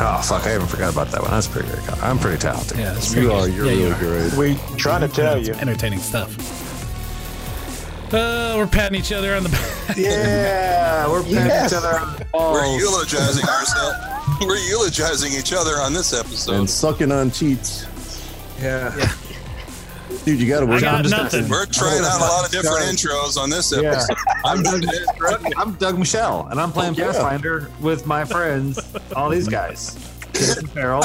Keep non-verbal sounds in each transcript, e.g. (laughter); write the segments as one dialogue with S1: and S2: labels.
S1: Oh fuck! I even forgot about that one. That's pretty great. I'm pretty talented.
S2: Yeah, that's
S3: You
S2: pretty
S3: are.
S2: good.
S3: You're
S2: Yeah,
S3: really
S2: you are.
S3: great.
S4: We trying to tell you.
S2: It's entertaining stuff. Uh, we're patting each other on the back.
S1: Yeah, we're patting
S4: Yes.
S1: each other on the
S5: We're
S1: balls.
S5: eulogizing ourselves. We're eulogizing each other on this
S3: And
S5: episode.
S3: sucking on cheats,
S1: Yeah.
S3: dude. You got to
S2: (laughs) I
S3: work
S2: got
S3: on this.
S2: nothing.
S5: We're trying out a lot of different
S1: Sorry.
S5: intros on this
S4: Yeah.
S5: episode.
S1: (laughs) I'm Doug, I'm Doug Michelle, and I'm playing
S3: Oh, yeah.
S1: Pathfinder with my friends, all these guys.
S3: (laughs)
S1: Jason Farrell,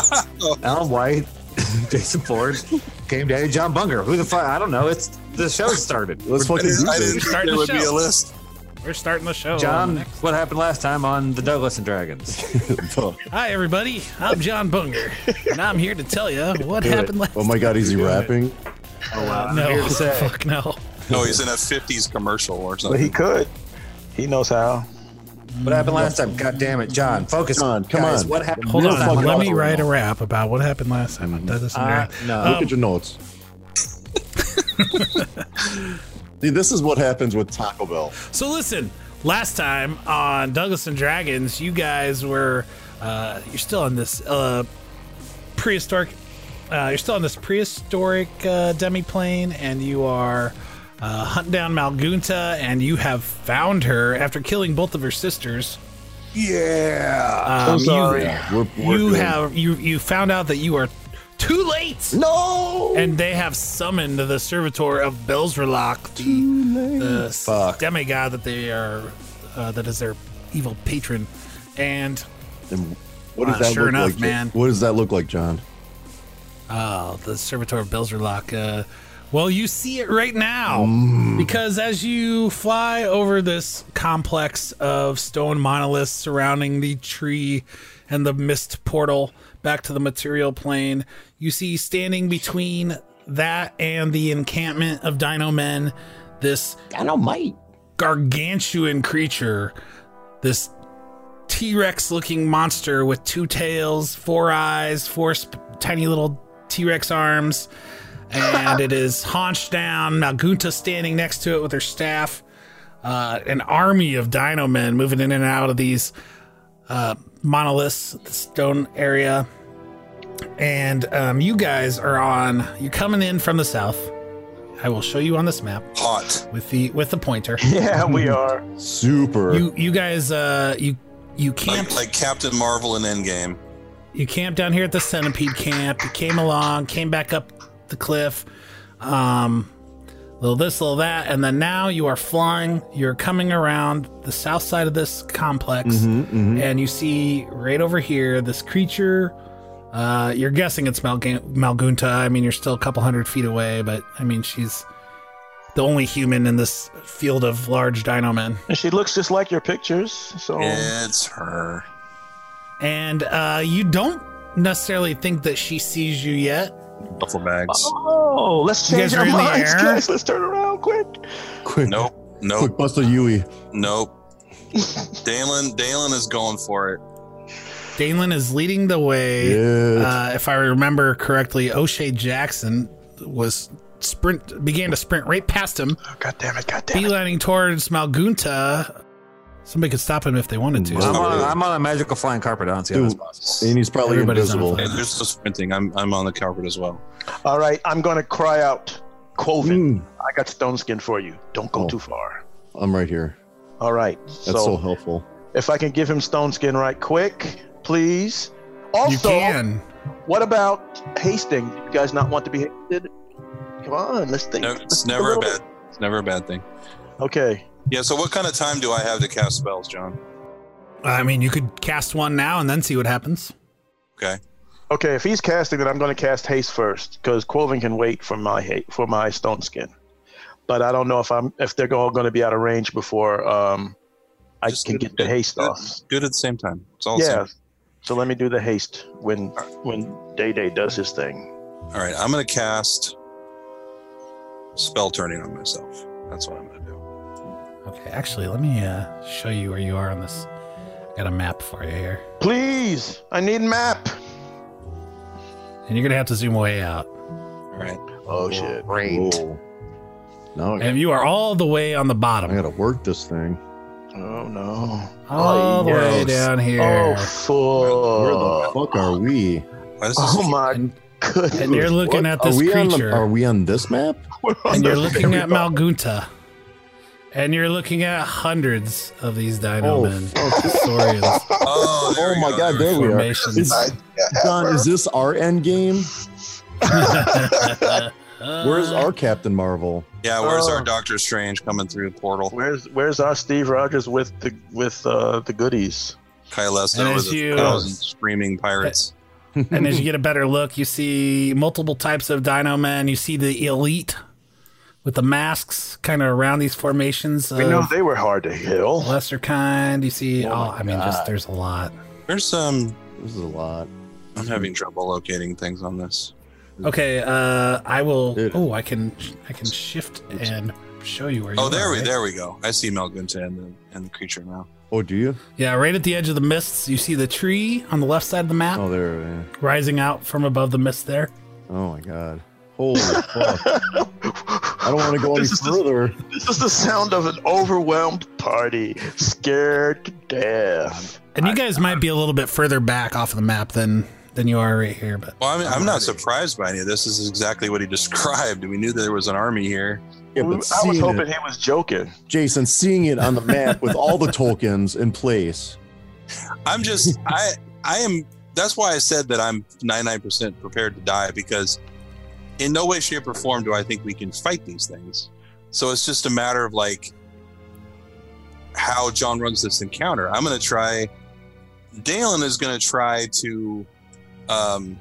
S1: Alan White, (laughs) Jason Ford, Game Daddy, John Bunger. Who the fuck? I don't know. It's the show started.
S3: Let's
S5: I
S3: fucking do
S5: didn't,
S3: this.
S5: I didn't think
S2: Starting
S5: there
S2: the
S5: would be
S2: show.
S5: a list.
S2: We're starting the show.
S1: John, what happened last time on the Douglas and Dragons?
S2: Hi, everybody. I'm John Bunger, and I'm here to tell you what happened last.
S3: Oh my god, is he rapping?
S1: Oh, wow. I'm here
S2: no,
S1: to say.
S2: fuck no.
S5: No, he's in a 50s commercial or
S4: But he
S5: something.
S4: could. He knows how.
S1: What
S3: (laughs)
S1: happened last time? God damn it, John. Focus
S3: John, come
S1: guys.
S3: on.
S1: What happened?
S2: Hold
S1: last time?
S2: on. Let
S3: fuck
S2: me
S3: off.
S2: write a rap about what happened last time on Douglas and
S1: Uh,
S2: Dragons.
S1: no.
S3: Look at your
S2: (laughs)
S3: notes. See, this is what happens with Taco Bell.
S2: So listen, last time on Douglas and Dragons, you guys were uh, you're still on this uh, prehistoric. Uh, you're still on this prehistoric uh, demiplane, and you are uh, hunting down Malgunta, and you have found her after killing both of her sisters. Yeah, um,
S4: So sorry.
S2: You,
S3: We're, we're
S2: you
S3: good.
S2: have you you found out that you are too late.
S3: no.
S2: And they have summoned the servitor of Belsrelak, the, the s-
S1: Fuck.
S2: demigod that they are, uh, that is their evil patron. And
S3: And what
S2: Uh,
S3: does that
S2: sure
S3: look
S2: enough,
S3: like,
S2: man.
S3: What does that look like, John?
S2: uh, the servitor of Belsrelak, uh, well, you see it right now because as you fly over this complex of stone monoliths surrounding the tree and the mist portal back to the material plane, you see standing between that and the encampment of Dino Men this
S6: Dynamite.
S2: gargantuan creature, this T Rex looking monster with two tails, four eyes, four sp- tiny little T Rex arms. And it is haunched down. Malgunta standing next to it with her staff. Uh, an army of dino men moving in and out of these uh, monoliths, the stone area. And um, you guys are on, you're coming in from the south. I will show you on this map
S5: Hot.
S2: with the with the pointer.
S4: Yeah, (laughs) we are.
S3: Super.
S2: You you guys uh you you
S5: Like,
S2: camped
S5: like Captain Marvel in Endgame.
S2: you camped down here at the centipede camp. You came along, came back up the cliff, um, little this, little that, and then now you are flying. You're coming around the south side of this complex, and you see right over here this creature. Uh, you're guessing it's Malga- Malgunta. I mean, you're still a couple hundred feet away, but I mean, she's the only human in this field of large dino men.
S4: And she looks just like your pictures. So
S5: It's her.
S2: and uh, you don't necessarily think that she sees you yet.
S5: Duffel bags.
S4: Oh, let's
S2: You
S4: change
S2: guys are
S4: our
S2: in the
S4: minds,
S2: air?
S4: guys. Let's turn around quick.
S3: quick,
S5: Nope.
S3: (laughs)
S5: Nope.
S3: quick, bust a Yui.
S5: Nope. Dalen Dalen is going for it.
S2: Dalen is leading the way.
S3: Yeah.
S2: Uh, if I remember correctly, O'Shea Jackson was sprint began to sprint right past him,
S4: Oh, God damn it! God damn it!
S2: beelining towards Malgunta. Somebody could stop him if they wanted to.
S1: I'm
S3: Wow.
S1: on, I'm on a magical flying carpet. I don't see how
S3: Dude.
S1: that's possible.
S3: and he's probably
S2: everybody's on
S3: invisible.
S2: fire.
S5: And there's still sprinting. I'm I'm on the carpet as well.
S4: All right, I'm gonna cry out, Quoven.
S3: Mm,
S4: I got stone skin for you. Don't go
S3: Oh.
S4: too far.
S3: I'm right here.
S4: All right.
S3: That's so, helpful.
S4: if I can give him stone skin right quick, please.
S2: you
S4: Also,
S2: can.
S4: what about hasting? You guys not want to be hasted? Come on, let's think.
S5: No,
S4: Let's
S5: it's
S4: think a
S5: never a
S4: little
S5: bad it's never a bad thing.
S4: bit. Okay.
S5: Yeah, so what kind of time do I have to cast spells, John?
S2: I mean, you could cast one now and then see what happens.
S5: Okay.
S4: Okay, if he's casting, then I'm going to cast haste first because Quoven can wait for my ha- for my stone skin. but I don't know if I'm if they're all going to be out of range before um, I
S5: Just
S4: can
S5: do-
S4: get the haste
S5: do-
S4: off.
S5: Good at the same time. It's all the
S4: Yeah. So let me do the haste when when Day Day does his thing.
S5: same. All right, I'm gonna cast spell turning on myself. That's what I'm gonna do.
S2: Okay, actually, let me uh, show you where you are on this. I got a map for you here,
S4: Please, I need map.
S2: and you're gonna have to zoom way out.
S5: All right.
S4: Oh shit.
S1: Great.
S3: Whoa. Now I got
S2: And you are all the way on the
S3: I
S2: bottom,
S3: gotta work this thing.
S4: Oh no.
S2: all the way
S4: yes.
S2: down
S4: Oh
S2: here,
S3: Where
S4: fuck.
S2: Uh,
S3: the fuck are we?
S5: Why does this
S4: Oh my
S2: And-
S4: goodness.
S2: and you're looking at
S3: Are
S2: this
S3: we on the,
S2: creature,
S3: are we on this map?
S4: We're on
S2: and
S3: (laughs)
S4: the
S2: you're looking
S4: very
S2: at
S4: bottom.
S2: Malgunta, and you're looking at hundreds of these Dino
S3: Oh,
S2: Men, Saurians,
S5: (laughs) Oh, there
S3: Oh
S5: we
S3: my
S5: go,
S3: god, there we are.
S2: formations.
S3: John, is this our end game? (laughs) Where's
S2: Uh,
S3: our Captain Marvel?
S5: Yeah, where's
S4: Oh.
S5: our Doctor Strange coming through the portal?
S4: Where's Where's our Steve Rogers with the with uh, the goodies?
S5: Kyle
S2: And
S5: Lester
S2: as
S5: with
S2: you-
S5: a thousand screaming pirates.
S2: and as you get a better look, you see multiple types of Dino Men. You see the elite with the masks kind of around these formations
S4: We know
S2: of
S4: they were hard to heal.
S2: lesser kind. You see,
S3: Oh
S2: all,
S3: my
S2: I mean, just
S3: God.
S2: there's a lot.
S5: There's um
S3: This is a lot.
S5: I'm having trouble locating things on this.
S2: Okay, uh, I will.
S3: Dude.
S2: Oh, I can, I can shift and show you where. you
S5: Oh, there
S2: are,
S5: we
S2: right?
S5: there we go. I see Malgunta and the and the creature now.
S3: Oh, do you?
S2: Yeah, right at the edge of the mists, you see the tree on the left side of the map
S3: Oh, there. Yeah.
S2: rising out from above the mist. There,
S3: Oh my god. Holy fuck. I
S4: I
S3: don't want to go any
S4: (laughs) this is the-
S3: further.
S4: This is the sound of an overwhelmed party, scared to death.
S2: and you guys might be a little bit further back off of the map than than you are right here, but
S5: Well, I mean, I'm not surprised by any of this. This is exactly what he (laughs) described. We knew there was an army here.
S3: Yeah,
S4: I
S3: but
S4: was
S3: seeing
S4: hoping
S3: it,
S4: he was joking.
S3: Jason, seeing it on the map with all the tokens in
S4: (laughs)
S3: place.
S5: I'm just I I am that's why I said that I'm 99% prepared to die because in no way shape or form do I think we can fight these things. So it's just a matter of like how John runs this encounter. I'm going to try Dalen is going to try to um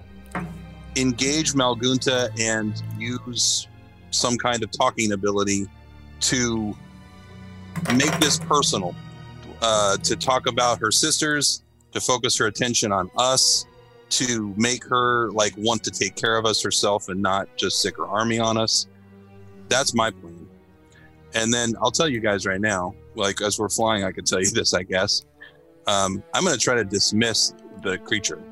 S5: engage Malgunta and use some kind of talking ability to make this personal uh, to talk about her sisters, to focus her attention on us, to make her like want to take care of us herself and not just stick her army on us. That's my plan. And then I'll tell you guys right now, like as we're flying, I can tell you this, I guess. Um, I'm going to try to dismiss the creature.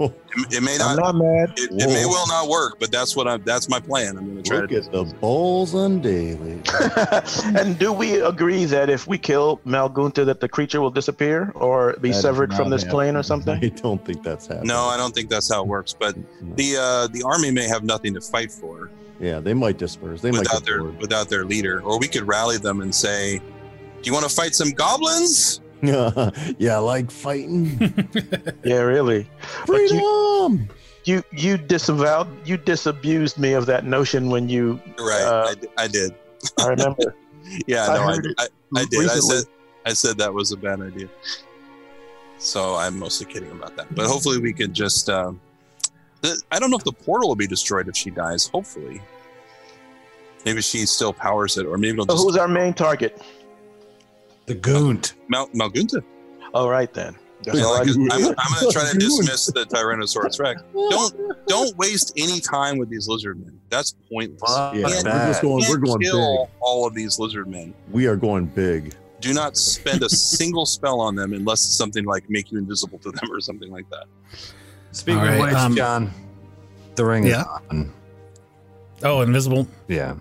S3: Oh,
S5: It, it may
S4: I'm
S5: not.
S4: not mad.
S5: It, it may
S3: Whoa.
S5: well not work, but that's what I'm. That's my plan. I'm going to try
S3: look
S5: to.
S3: at the bowls and daily.
S4: (laughs) and do we agree that if we kill Malgunta, that the creature will disappear or be
S3: That is
S4: severed
S3: not
S4: from this plane
S3: (laughs) happening.
S4: or something?
S3: I don't think that's happening.
S5: No, I don't think that's how it works. But
S3: don't.
S5: the uh, the army may have nothing to fight for.
S3: Yeah, they might disperse. They might
S5: without
S3: get
S5: their
S3: bored.
S5: without their leader, or we could rally them and say, "Do you want to fight some goblins?"
S3: (laughs) yeah, I like
S1: (laughs)
S3: fighting.
S4: Yeah, really. But you,
S3: Freedom.
S4: you you disavowed, you disabused me of that notion when you.
S5: Right,
S4: Uh,
S5: I, di- I did.
S3: (laughs)
S4: I remember.
S5: Yeah,
S4: I
S5: no, I,
S4: heard it
S5: I, I did. I
S4: recently.
S5: said I said that was a bad idea. So I'm mostly kidding about that. But hopefully, we could just. Um, the, I don't know if the portal will be destroyed if she dies. Hopefully, maybe she still powers it, or maybe it'll
S4: So
S5: just
S4: who's our main target?
S1: The goont.
S5: Mal- Malgunta.
S4: All right then. That's
S5: Yeah,
S4: all I
S5: like,
S4: knew.
S5: I'm, I'm going to try to
S3: Dude.
S5: dismiss the Tyrannosaurus Rex. Don't don't waste any time with these lizard men. That's pointless.
S1: Fuck
S3: Yeah,
S5: And-
S3: we're just
S1: that.
S3: going. We're
S5: Can't
S3: going
S5: kill all of these lizard men.
S3: big. We are going big.
S5: Do not spend a single spell on them unless it's something like make you invisible to them or something like that.
S1: Speaking
S2: All right,
S1: of which,
S2: um,
S1: John, the ring is
S2: Yeah.
S1: on.
S2: oh, invisible.
S1: Yeah.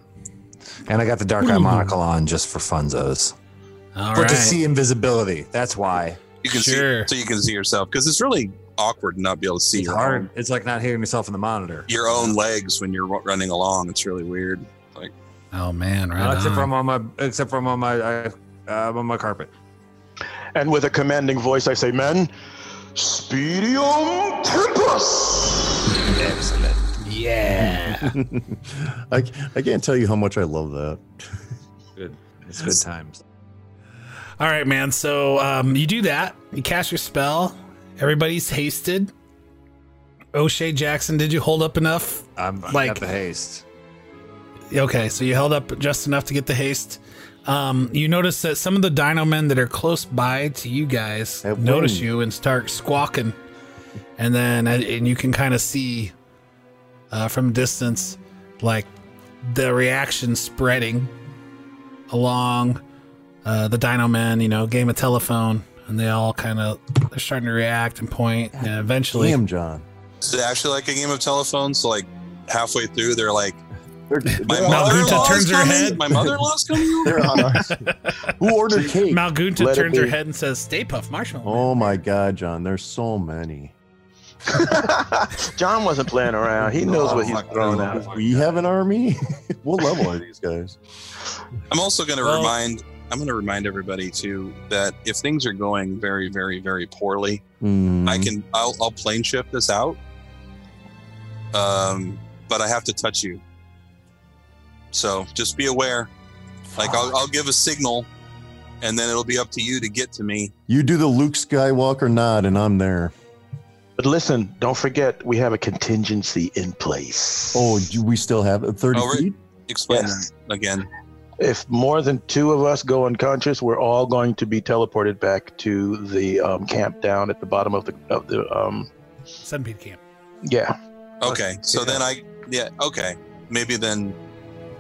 S1: And I got the dark eye monocle on just for funzos.
S2: All
S1: but
S2: right.
S1: to see invisibility. That's why.
S5: You can
S2: Sure.
S5: see so you can see yourself because it's really awkward not be able to see
S1: It's
S5: your
S1: hard.
S5: own,
S1: It's like not hearing yourself in the monitor.
S5: your own legs when you're ru- running along. It's really weird. Like
S2: oh man, right.
S1: Uh, except
S2: on.
S1: from on my except from on my uh, uh, on my carpet.
S4: And with a commanding voice, I say, "Men, speedium tempus."
S2: Yeah.
S3: I, I can't tell you how much I love that.
S1: Good. It's good times.
S2: All right, man. So um, you do that. You cast your spell. Everybody's hasted. O'Shea Jackson, did you hold up enough?
S1: I'm I
S2: Like-
S1: got the haste.
S2: Okay, so you held up just enough to get the haste. Um, you notice that some of the dino men that are close by to you guys
S3: That
S2: notice
S3: wing.
S2: you and start squawking. And then, and- and you can kind of see uh, from distance, like the reaction spreading along uh, the dino men, you know, game of telephone. And they all kind of, they're starting to react and point, And eventually,
S3: Damn, John.
S5: Is it actually like a game of telephone? So like halfway through, they're like,
S3: They're,
S5: "My
S3: they're, on,
S5: mother-in-law
S2: Malgunta
S5: turns
S2: turns her
S5: coming.
S2: head.
S5: My mother-in-law's coming."
S3: they're on us.
S1: (laughs)
S3: Who ordered cake?
S2: Malgunta
S4: Let it
S2: turns her
S4: be.
S2: head and says, Stay Puff Marshmallow. Man."
S3: Oh my God, John. There's so many.
S4: (laughs) John wasn't playing around. He knows what
S1: Oh,
S4: he's throwing out.
S3: We have an army. (laughs) what level are these guys?
S5: I'm also going to
S2: Well-
S5: remind. I'm going to remind everybody too that if things are going very, very, very poorly,
S3: Hmm.
S5: I can I'll, I'll plane shift this out. Um, but I have to touch you. So just be aware. Like I'll, I'll give a signal, and then it'll be up to you to get to me.
S3: You do the Luke Skywalker nod, and I'm there.
S4: But listen, don't forget we have a contingency in place.
S3: Oh, do we still have it? 30
S5: Oh, we're-
S3: feet?
S5: Explain
S4: Yes.
S5: that again.
S4: if more than two of us go unconscious, we're all going to be teleported back to the um, camp down at the bottom of the of the um,
S2: Centipede Camp.
S4: yeah.
S5: Okay, so then I yeah okay maybe then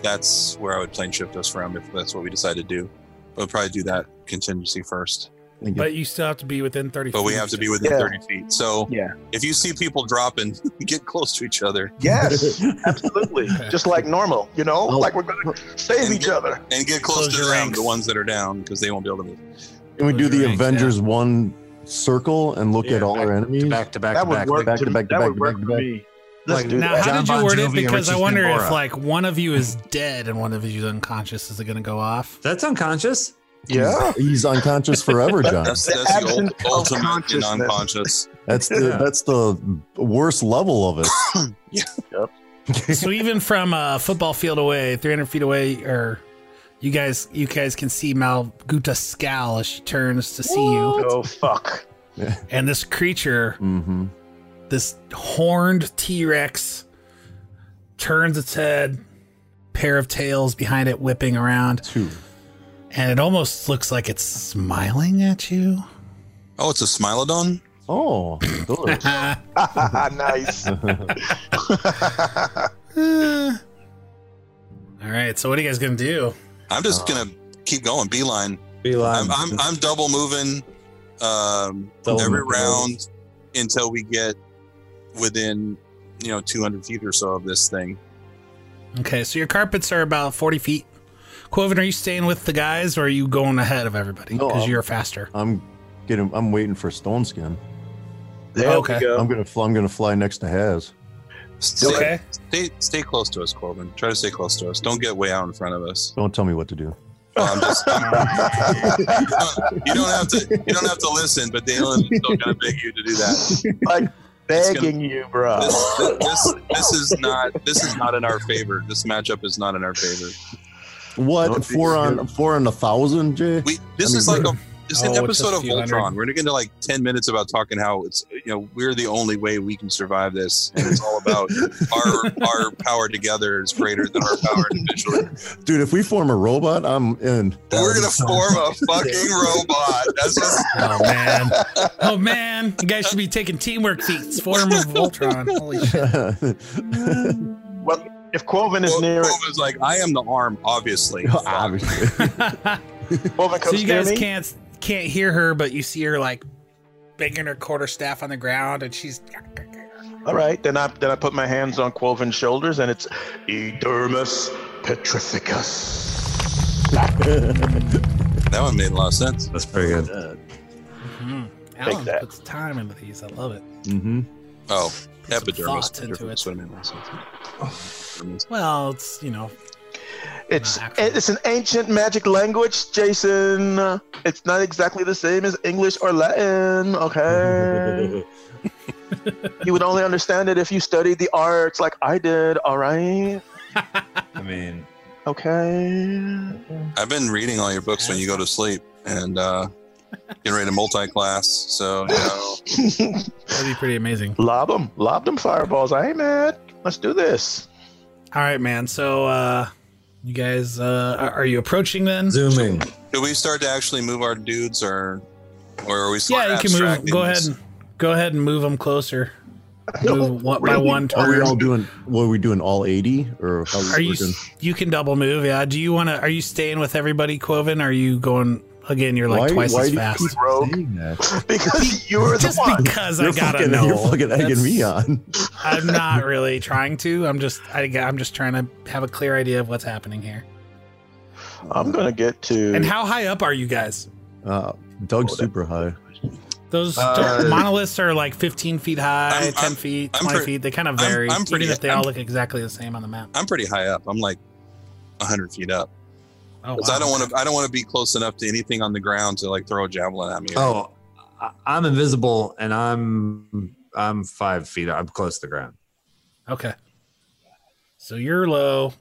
S5: that's where I would plane shift us from if that's what we decide to do. We'll probably do that contingency first,
S3: Thank you.
S2: But you still have to be within 30
S5: but we
S2: feet.
S5: have to be within
S4: Yeah.
S5: thirty feet. So
S4: Yeah.
S5: if you see people dropping, (laughs) get close to each other
S4: Yes, (laughs) absolutely. Just like normal, you know,
S3: Oh.
S4: like we're gonna save each other.
S5: and get close
S2: Close
S5: to
S2: your
S5: the,
S2: ranks.
S5: the ones that are down because they won't be able to move.
S3: Can we do
S2: Those are
S3: the
S2: ranks,
S3: Avengers one circle and look
S1: Yeah,
S3: at all our enemies?
S1: Back to back
S4: That
S1: to
S4: would
S1: back.
S4: work.
S3: back to
S4: to-
S3: back to
S4: that
S3: back
S4: would
S3: to
S4: work
S3: back
S4: for
S3: to back.
S4: me. Let's
S1: Like,
S4: do
S2: Now, how
S4: that.
S1: John
S2: did you
S1: Bon
S2: word it?
S1: Jovi and
S2: Because I
S1: Richie
S2: wonder if,
S1: Sambora.
S2: like, one of you is dead and one of you is unconscious. Is it going to go off?
S1: That's unconscious.
S4: Yeah.
S3: He's unconscious forever,
S5: (laughs)
S3: John.
S5: That's,
S4: The
S5: that's the
S4: absence
S5: ul-
S4: of
S5: ultimate in
S4: consciousness.
S5: unconscious.
S3: That's the that's the worst level of it.
S2: so even from a football field away, 300 feet away, or you guys, you guys can see Malguta scowl as she turns to see you.
S3: (laughs)
S4: Oh fuck. (laughs)
S2: And this creature,
S3: hmm
S2: this horned T Rex, turns its head, pair of tails behind it whipping around,
S3: Two.
S2: and it almost looks like it's smiling at you.
S5: Oh, it's a smilodon.
S3: Oh, those.
S4: nice.
S2: Uh, All right, so what are you guys gonna do?
S5: I'm just gonna keep going. Beeline.
S1: Beeline.
S5: I'm I'm, I'm double moving um,
S1: Double
S5: every
S1: moving.
S5: round until we get within you know 200 feet or so of this thing.
S2: Okay, so your carpets are about forty feet. Quoven, are you staying with the guys, or are you going ahead of everybody
S3: No,
S2: because
S3: I'll-
S2: you're faster?
S3: I'm getting. I'm waiting for Stone Skin.
S4: There
S2: Okay.
S4: we go.
S3: I'm gonna. fl- I'm gonna fly next to Haz.
S5: Stay, Stay stay close to us, Corbin. Try to stay close to us. Don't get way out in front of
S3: (laughs)
S5: us.
S3: Don't tell me what to do.
S5: I'm just,
S4: (laughs)
S5: you don't have to. You don't have to listen, but Dalen is still gonna beg you to do that.
S2: (laughs)
S4: Like
S5: gonna-
S4: begging you, bro.
S5: (laughs) this, this, this is not this is not in our favor. This matchup is not in our favor.
S3: What
S4: Don't be
S3: four on four on a thousand, Jay?
S5: We this
S3: I
S5: is
S3: mean,
S5: like a this is
S2: Oh,
S5: an
S2: it's
S5: episode
S2: a
S5: of
S2: few
S5: Voltron.
S2: hundred.
S5: We're gonna get into like ten minutes about talking how it's you know we're the only way we can survive this, and it's all about our our power together is greater than our power
S2: (laughs)
S5: individually.
S3: Dude, if we form a robot, I'm in. (laughs)
S5: we're gonna form a fucking robot. That's just
S2: Oh
S3: (laughs)
S2: man! Oh man! You guys should be taking teamwork feats. Form of Voltron. (laughs) Holy shit!
S4: Well, if Quoven is
S5: Bo-
S4: near it,
S5: Boba's like I am the arm,
S2: (laughs)
S5: obviously.
S3: (laughs) Obviously.
S4: Quoven
S2: so
S4: comes
S2: you
S4: near
S2: guys
S4: me.
S2: can't can't hear her, but you see her like banging her quarter staff on the ground, and she's
S4: All right, then I then I put my hands on Quoven's shoulders, and it's Edermus petrificus.
S5: That one made a lot of sense.
S1: That's pretty good.
S2: Mhm. Alan
S4: that.
S2: puts time into these. I love it.
S3: hmm
S2: Put
S5: Oh,
S2: some
S5: epidermis.
S2: thought into
S5: That's
S2: it.
S5: what made a lot of sense.
S2: Well, it's you know
S4: It's
S2: Not actually.
S4: it's an ancient magic language, Jason. It's not exactly the same as English or Latin.
S2: (laughs)
S4: Okay,
S2: Uh,
S4: you would only understand it if you studied the arts, like I did. All right,
S1: I mean,
S4: okay. (laughs)
S5: I've been reading all your books when you go to sleep and uh, getting ready to multi class. So, you know,
S2: that'd be pretty amazing.
S4: lob them, lob them fireballs. I ain't mad. Let's do this.
S2: All right, man. So uh You guys, uh, are, are you approaching then?
S1: Zooming.
S5: Do we start to actually move our dudes, or or are we? still
S2: Yeah, you can move.
S5: abstracting
S2: Go ahead
S5: this?
S2: and go ahead and move
S3: (laughs)
S2: them closer. Move one, by one
S3: Are we
S2: turn.
S3: all doing? What are we doing? All eighty or how
S2: Are
S3: we
S2: you?
S3: working?
S2: You can double move. Yeah. Do you want to? Are you staying with everybody, Quoven? Are you going again? You're like twice as
S3: do you
S2: fast.
S3: keep
S4: Rogue.
S3: saying
S2: (laughs)
S3: that?
S4: because you're the
S2: Just
S4: one.
S2: because I
S3: You're
S2: gotta
S3: fucking,
S2: know.
S3: You're fucking egging me
S2: That's-
S3: on.
S2: I'm
S3: (laughs)
S2: not really trying to. I'm just. I, I'm just trying to have a clear idea of what's happening here.
S4: I'm gonna get to.
S2: And how high up are you guys?
S3: Uh, Doug's super high.
S2: Those
S1: Uh,
S2: monoliths are like 15 feet high,
S5: I'm-
S2: 10
S5: I'm-
S2: feet,
S5: I'm
S2: 20
S5: pre-
S2: feet. They kind of
S5: I'm-
S2: vary,
S5: I'm pretty-
S2: even if they all
S5: I'm-
S2: look exactly the same on the map.
S5: I'm pretty high up. I'm like hundred feet up.
S2: Oh,
S5: 'Cause I don't want to. I don't want to be close enough to anything on the ground to like throw a javelin at me.
S1: Oh, I- I'm invisible and I'm I'm five feet. I'm close to the ground.
S2: to. Okay. So you're low.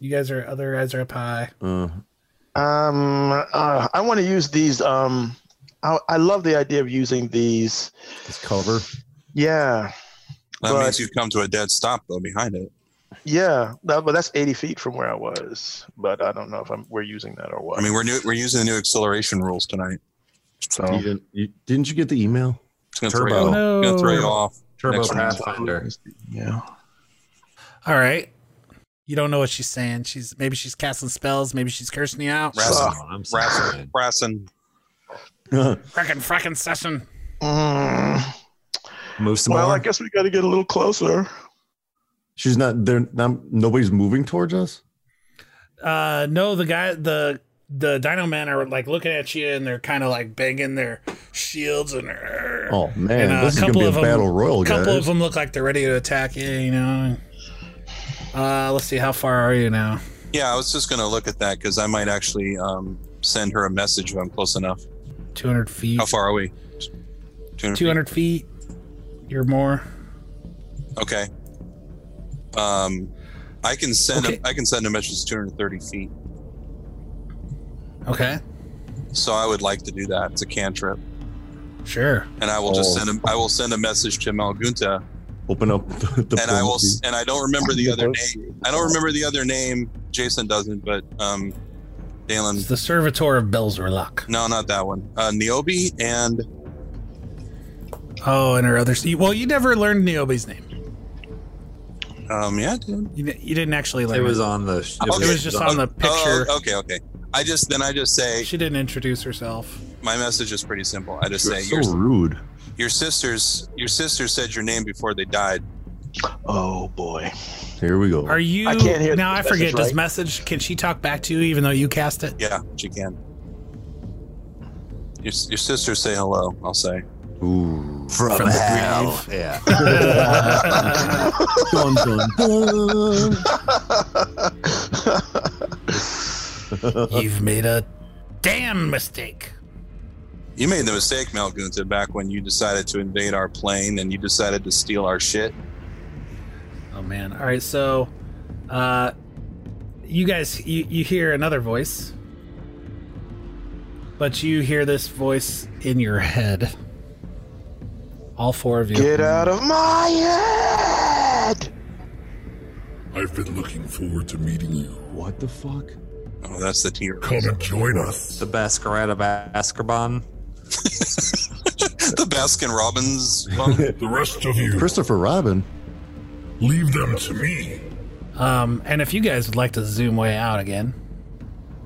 S2: You guys are other guys are up high.
S3: Uh,
S4: Um, uh, I want to use these. Um, I, I love the idea of using these.
S3: just cover.
S4: Yeah,
S5: that
S4: but-
S5: means you've come to a dead stop though behind it.
S4: yeah. That, but that's 80 feet from where I was. But I don't know if I'm we're using that or what.
S5: I mean, we're new. We're using the new acceleration rules tonight.
S4: so
S3: You didn't, you, (laughs) didn't you get the email? (laughs)
S5: It's gonna
S1: Turbo.
S5: throw you.
S2: No.
S5: Off. Gonna throw you off.
S1: Turbo
S5: Next round.
S1: Pathfinder.
S4: yeah.
S2: All right. You don't know what she's saying. She's maybe she's casting spells, maybe she's cursing you out.
S5: Razzle.
S1: Come on, I'm sorry.
S5: Rassin, Rassin.
S2: Frickin' frickin' session.
S4: Mm,
S1: Move some
S4: well,
S1: more.
S4: I guess we got to get a little closer.
S3: She's not there. Not, nobody's moving towards us.
S2: Uh no, the guy the the dino men are like looking at you and they're kind of like banging their shields and
S3: Oh man,
S2: And, uh,
S3: this is gonna
S2: couple
S3: be a
S2: of 'em-
S3: battle royal,
S2: A couple of
S3: guys.
S2: them look like they're ready to attack you, you know. Uh, let's see, how far are you now?
S5: Yeah, I was just gonna look at that because I might actually um, send her a message if I'm close enough.
S2: 200 feet.
S5: How far are we? 200 feet.
S2: 200 feet. You're more.
S5: Okay. Um, I can send
S2: Okay.
S5: a, I can send a message 230 feet.
S2: Okay.
S5: So I would like to do that. It's a cantrip,
S2: Sure.
S5: and I will just
S3: Oh.
S5: send a, I will send a message to Malgunta,
S3: Open up (laughs) the. the
S5: and I will s- and I don't remember the other
S3: Diplomacy.
S5: name. I don't remember the other name. Jason doesn't, but um, Dalen.
S2: It's the Servitor of Belzerlock.
S5: No, not that one. Uh, Niobe and
S2: Oh, and her other. Well, you never learned Niobe's name.
S5: um, yeah, dude.
S2: You, di- you didn't actually learn
S1: It
S2: it.
S1: was on the. It
S2: It was just on the picture.
S5: Oh, okay, okay. I just then I just say
S2: She didn't introduce herself.
S5: my message is pretty simple. I just say
S3: so
S5: your
S3: rude.
S5: your sisters your sister said your name before they died.
S4: Oh boy.
S3: Here we go.
S2: Are you.
S4: I can't hear
S2: Now,
S4: the
S2: I forget.
S4: message,
S2: Does
S4: right?
S2: message. Can she talk back to you even though you cast it?
S5: Yeah, she can. Your, your sister say hello. I'll say.
S3: Ooh.
S1: from,
S2: From the
S1: hell. Yeah.
S2: (laughs)
S3: Dun, dun, dun.
S4: Uh-huh.
S2: You've made a damn mistake.
S5: You made the mistake, Malgunta, back when you decided to invade our plane and you decided to steal our shit.
S2: Oh man! All right, so, uh, you guys, you, you hear another voice, but you hear this voice in your head. All four of you.
S4: Get out of my head. (laughs)
S7: I've been looking forward to meeting you.
S3: What the fuck?
S5: Oh, that's the T.
S7: Come and join us.
S1: The Bascarat of Ascarbon.
S5: (laughs) the Baskin Robbins.
S3: (laughs)
S7: The rest of you,
S3: Christopher Robin.
S7: leave them to me.
S2: Um, and if you guys would like to zoom way out again,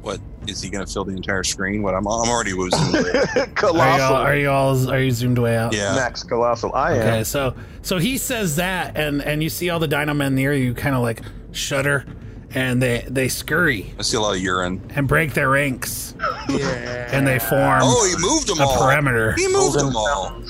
S5: what is he going to fill the entire screen? What I'm I'm
S3: (laughs)
S5: already losing.
S2: are you all
S4: Colossal.
S2: are you all are you zoomed way out?
S5: yeah.
S4: Max Colossal. I am.
S2: Okay, so so he says that, and and you see all the dino men near you, kind of like shudder, and they they scurry
S5: I see a lot of urine.
S2: and break their
S5: (laughs)
S2: ranks, and they form
S5: Oh, he moved them
S2: a
S5: all.
S2: perimeter.
S5: He moved
S4: Golden
S5: them all.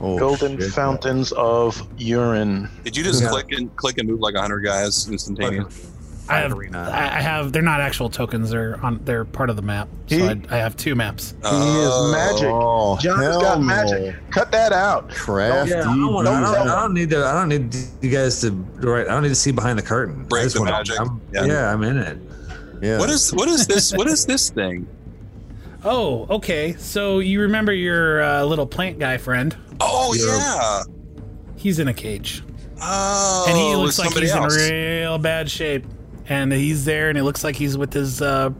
S3: Oh,
S4: Golden
S3: shit.
S4: fountains of urine.
S5: Did you just click and click and move like hundred guys instantaneous?
S2: I have,
S1: Arena.
S2: I I have. They're not actual tokens. They're on. They're part of the map. So
S4: He-
S2: I, I have two maps.
S5: He
S4: is magic.
S3: Oh,
S4: John has
S3: hell
S4: got
S3: no.
S4: magic. Cut that out.
S3: Crafty.
S1: Yeah, I don't, want, I,
S3: dude.
S1: don't, I don't need to. I don't need you guys to. Right, I don't need to see behind the curtain.
S5: Break
S1: I just
S5: the
S1: wanna-
S5: magic.
S1: I'm-
S5: Yeah.
S1: yeah. I'm in it.
S3: Yeah.
S5: What is what is this? What is this thing?
S2: Oh, okay. So you remember your uh, little plant guy friend?
S5: Oh
S3: Yeah.
S5: yeah.
S2: He's in a cage,
S5: Oh,
S2: and he
S5: it
S2: looks
S5: was
S2: like
S4: Oh,
S5: somebody
S2: he's
S5: else.
S2: in real bad shape. and he's there, and it looks like he's with his uh,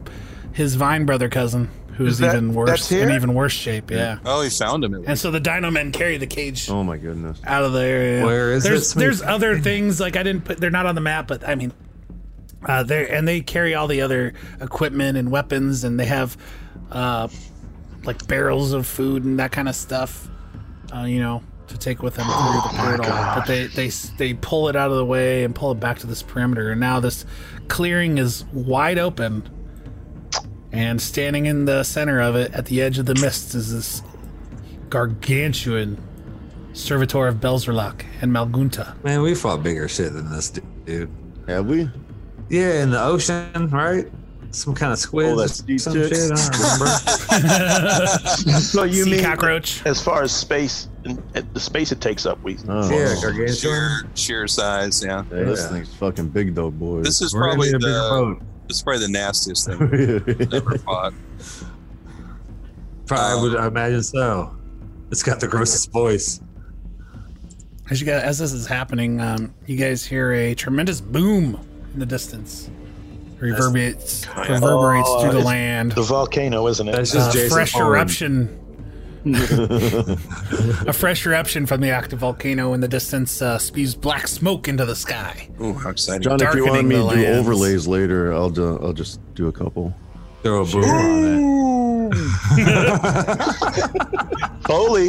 S2: his Vine brother cousin, who's
S4: Is that-
S2: even worse,
S4: that's
S2: in
S4: here?
S2: even worse shape. Yeah.
S5: Oh, he found him. At
S2: And
S5: least.
S2: so the Dino Men carry the cage
S3: Oh my goodness.
S2: out of the area.
S1: Where is this?
S2: there's there's other things like I didn't put. They're not on the map, but I mean, uh, there and they carry all the other equipment and weapons, and they have uh, like barrels of food and that kind of stuff. Uh, you know, to take with them through the portal. But they they s- they pull it out of the way and pull it back to this perimeter, and now this clearing is wide open. And standing in the center of it, at the edge of the mist, is this gargantuan servitor of Belzerlock and Malgunta.
S1: Man, we fought bigger shit than this, du- dude.
S3: Have we?
S1: Yeah, in the ocean, right? Some kind of squid.
S3: Oh, that's
S1: some shit. I
S3: D6.
S1: don't remember.
S4: So you
S2: sea
S4: mean
S2: cockroach.
S4: as far as space and, and the space it takes up, we
S3: (laughs) Oh,
S1: yeah,
S3: wow.
S1: gargantuan.
S5: Sheer, sheer size. Yeah.
S3: Yeah, This
S1: Yeah.
S3: thing's fucking big though, boy. (laughs)
S5: This is
S1: We're gonna
S5: probably
S1: need a bigger
S5: the
S1: boat.
S5: this is probably the nastiest thing we've ever fought.
S1: Probably, I would I imagine so. It's got the grossest voice.
S2: As you guys, as this is happening, um, you guys hear a tremendous boom in the distance. Reverberates, reverberates
S4: Oh,
S2: through the
S4: it's-
S2: land.
S4: the volcano, isn't it?
S1: That's just
S3: Uh,
S2: A
S1: Jason
S2: fresh
S1: Bourne.
S2: eruption. a fresh eruption from the active volcano in the distance uh, spews black smoke into the sky.
S5: Ooh, how exciting!
S3: John, if you want
S2: darkening
S3: me
S2: the
S3: to do
S2: lands.
S3: overlays later, I'll do, I'll just do a couple.
S1: Throw a boom on it. (laughs)
S4: Foley.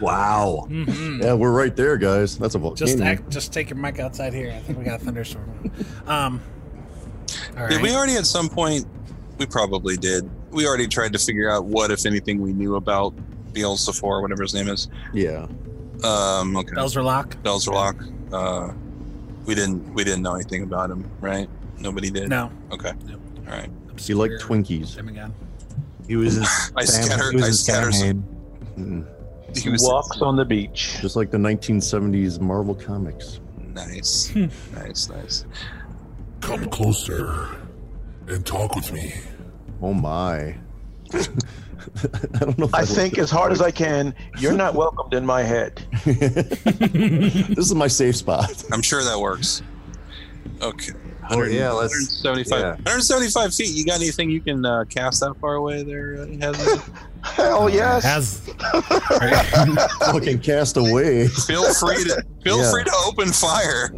S1: Wow.
S5: Hmm.
S3: Yeah, we're right there, guys. That's a volcano.
S2: Just act, just take your mic outside here. I think we got a thunderstorm. um, all right.
S5: Did we already at some point? We probably did. We already tried to figure out what, if anything, we knew about Beelzebub, whatever his name is.
S3: yeah.
S5: Um, okay,
S2: Belzerlock?
S5: Belzerlock. Uh, we didn't. We didn't know anything about him, right? Nobody did.
S2: No.
S5: Okay. All right.
S3: You like Twinkies.
S2: Demagogue.
S1: He was in
S5: I
S1: Sam-
S5: scattered.
S1: he was
S5: I
S1: in
S5: scattered. Some,
S1: Samhain.
S3: Mm.
S5: he was
S4: walks on the beach.
S3: Just like the 1970s Marvel comics.
S5: nice,
S2: Hmm.
S5: nice, nice.
S7: Come closer and talk with me.
S3: Oh my. (laughs) I don't know. If
S4: I
S3: like
S4: think
S3: this.
S4: as hard as I can, you're not welcomed in my head.
S3: this is my safe spot.
S5: I'm sure that works. Okay.
S1: Oh, yeah, let's.
S5: 175,
S1: Yeah.
S5: 175 feet. You got anything you can uh, cast that far away there?
S2: (laughs)
S5: uh, Heather?
S4: (laughs) Hell yes.
S2: Has
S3: Fucking cast away. (laughs)
S5: feel free to feel
S3: Yeah.
S5: free to open fire.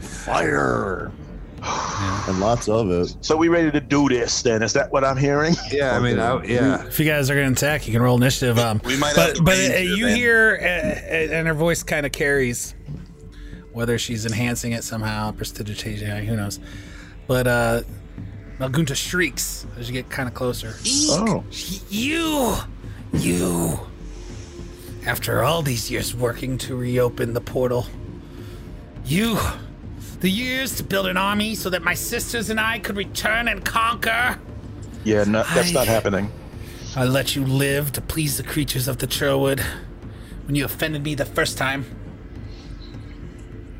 S3: Fire. And lots of it.
S4: So we ready to do this then? Is that what I'm (laughs) hearing?
S1: Yeah, I mean, I, yeah.
S2: If you guys are going to attack, you can roll initiative. Um,
S5: We might have
S2: but
S5: to
S2: but
S5: raise
S2: uh,
S5: it,
S2: you
S5: man.
S2: hear, uh, uh, and her voice kind of carries, whether she's enhancing it somehow, prestidigitation, who knows. But uh, Malgunta shrieks as you get kind of closer.
S4: Oh.
S2: You, you. After all these years working to reopen the portal, you, the years to build an army so that my sisters and I could return and conquer.
S4: Yeah, no, that's
S2: I-
S4: not happening.
S2: I let you live to please the creatures of the Churwood when you offended me the first time.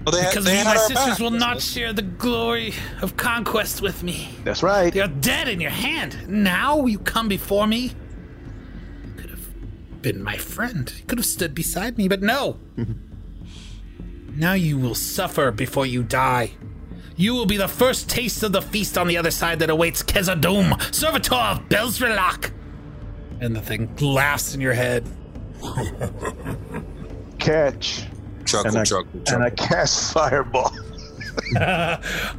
S5: Well, they had,
S2: Because
S5: they
S2: me and
S5: had
S2: my
S5: our
S2: sisters
S5: back.
S2: will not share the glory of conquest with me.
S4: That's right.
S2: They are dead in your hand. Now you come before me. You could have been my friend. You could have stood beside me, but
S5: (laughs)
S2: no. now you will suffer before you die. You will be the first taste of the feast on the other side that awaits Kezadum, servitor of Belzrelak. And the thing laughs in your head.
S4: Catch.
S5: Chuckle,
S4: And I,
S5: chuckle,
S4: and
S5: chuckle.
S4: I cast fireball. (laughs)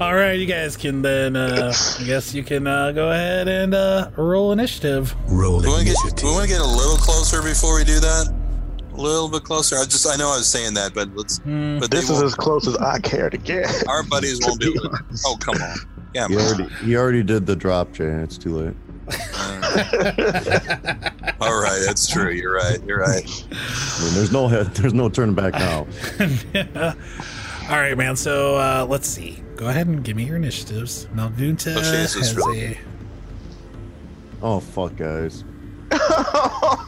S2: All right, you guys can then. Uh, I guess you can uh, go ahead and uh, roll initiative. (laughs)
S7: Roll
S5: we want to get we want to get a little closer before we do that. A little bit closer. I just I know I was saying that, but let's. But they
S4: This is
S5: won't-
S4: as close as I care to get.
S5: our buddies won't be able to. Oh come on. Yeah.
S3: He
S5: man.
S3: already, he already did the drop, Jay. It's too late.
S5: (laughs) All right. That's true. You're right. You're right.
S3: I mean, there's no head, there's no turning back now.
S2: All right, man. So uh, let's see. Go ahead and give me your initiatives. Malgunta
S5: Oh, shit, is this
S2: has
S5: really-
S2: a.
S3: Oh fuck, guys.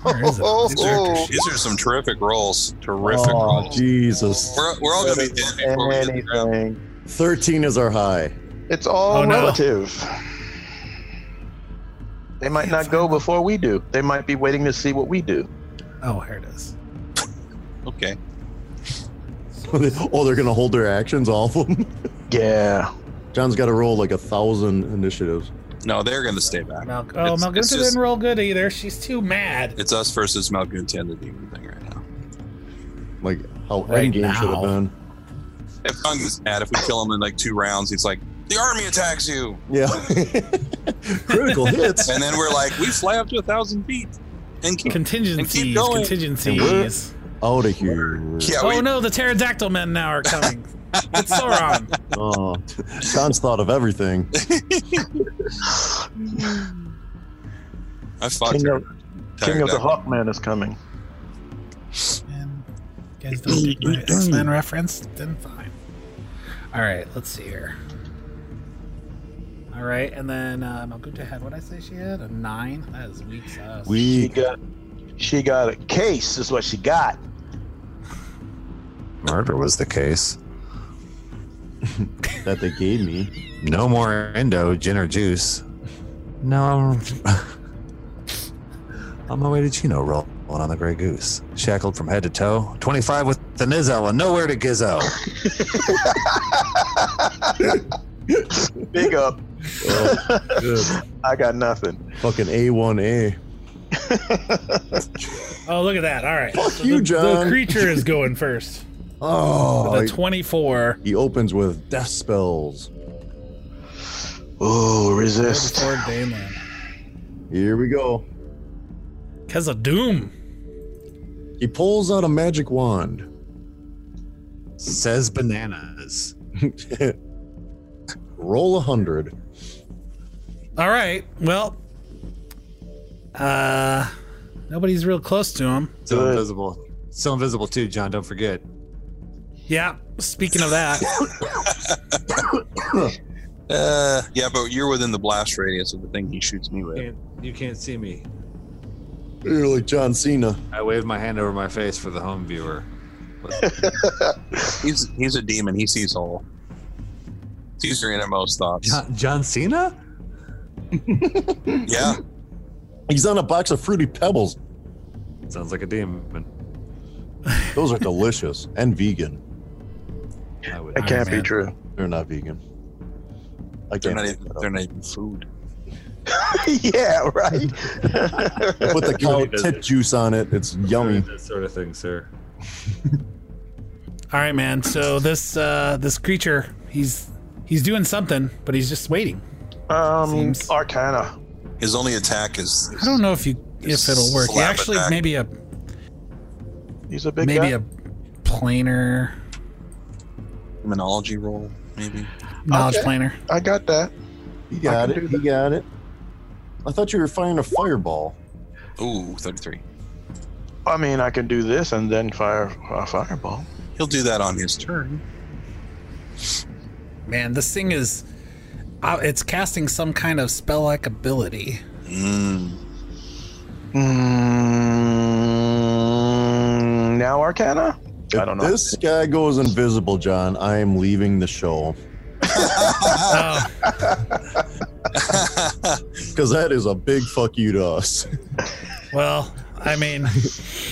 S2: Where (laughs)
S5: (laughs)
S4: (laughs)
S2: is it?
S5: These are, these are some terrific rolls. Terrific
S3: Oh
S5: rolls.
S3: Jesus.
S5: We're, we're all gonna be dead before we (laughs) hit the ground.
S4: Anything.
S3: Thirteen is our high. (laughs)
S4: It's all
S2: Oh, no.
S4: relative. They might not go before we do. They might be waiting to see what we do.
S2: Oh, here it is.
S5: Okay.
S3: oh, they're gonna hold their actions, all of them.
S4: Yeah.
S3: John's got to roll like a thousand initiatives.
S5: No, they're going to stay back.
S2: Mal- oh,
S5: It's-
S2: Malgunta
S5: it's just-
S2: didn't roll good either. She's too mad.
S5: It's us versus Malgunta and the demon thing right now.
S3: Like how
S2: Right
S3: Endgame should have
S2: now.
S3: been.
S5: If Kung is mad, if we kill him in like two rounds, he's like, the army attacks you.
S3: Yeah. (laughs) Critical
S5: (laughs)
S3: hits.
S5: And then we're like, we fly up to a thousand feet. And keep,
S2: Contingencies,
S5: going.
S2: contingencies.
S3: Out of here.
S5: yeah,
S2: Oh
S5: we,
S2: no, the pterodactyl men now are
S5: (laughs)
S2: coming. it's Sauron.
S3: Oh, John's thought of everything.
S5: I fucked
S4: King
S5: her.
S4: of, King of the Hawkman is coming.
S2: Man, you guys don't take my X Men reference? Then fine. All right, let's see here. All right, and then uh, Malgunta had what I say she had a nine. That is weak sauce.
S4: She
S3: We
S4: got, she got a case. Is what she got. (laughs)
S1: Murder was the case.
S3: that they gave me.
S1: No more endo, gin or juice. No. (laughs) I'm on my way to Chino, rolling on the Grey Goose. Shackled from head to toe. 25 with the Nizzo and nowhere to Gizzo.
S4: Big up.
S3: Oh, good.
S4: (laughs) I got nothing.
S3: Fucking A1A.
S2: Oh, look at that! All right,
S3: Fuck
S2: So
S3: you,
S2: the,
S3: John.
S2: The creature is
S3: (laughs)
S2: going first.
S3: Oh,
S2: the
S3: he-
S2: twenty-four.
S3: he opens with death spells.
S4: Ooh, resist.
S2: Before Daneland.
S3: Here we go.
S2: Cause of Doom.
S3: He pulls out a magic wand.
S1: Says bananas.
S3: (laughs) Roll a hundred.
S2: All right. Well, uh, nobody's real close to him.
S1: Still
S4: Good.
S1: invisible. Still invisible too, John. Don't forget.
S2: Yeah. Speaking of that,
S5: Uh, yeah, but you're within the blast radius of the thing he shoots me with.
S1: Can't, you can't see me.
S3: You're like John Cena.
S1: I waved my hand over my face for the home viewer.
S5: He's he's a demon. He sees all. Sees your innermost thoughts.
S1: John, John Cena?
S5: Yeah.
S3: He's on a box of fruity pebbles.
S1: Sounds like a demon.
S3: Those are delicious (laughs) and vegan.
S1: I would.
S4: It can't be
S2: man.
S4: true.
S3: They're not vegan. I
S5: They're
S3: can't
S5: not, even, they're not even food.
S4: (laughs) yeah, right.
S3: put the cow
S1: Really does
S3: tit
S1: it.
S3: juice on it. It's yummy.
S1: That sort of thing, sir.
S2: all right, man. So this uh, this creature, he's he's doing something, but he's just waiting.
S4: um,
S2: Seems-
S4: Arcana.
S5: His only attack is.
S2: I don't know if you if it'll work. He
S5: Slap
S2: actually,
S5: attack.
S2: maybe a
S4: He's a big
S2: maybe
S4: guy.
S2: a planar
S5: Criminology roll, maybe.
S2: knowledge
S4: Okay.
S2: planar.
S4: I got that.
S3: He got
S4: I can
S3: it.
S4: do
S3: He got it. I thought you were firing a fireball.
S5: Ooh, 33.
S4: I mean, I can do this and then fire a fireball.
S5: He'll do that on his turn.
S2: Man, this thing is uh, it's casting some kind of spell-like ability.
S5: Mm.
S4: Mm, now Arcana. I don't know.
S3: This guy goes invisible, John. I am leaving the show (laughs)
S2: Oh,
S3: because that is a big fuck you to us.
S2: well, I mean,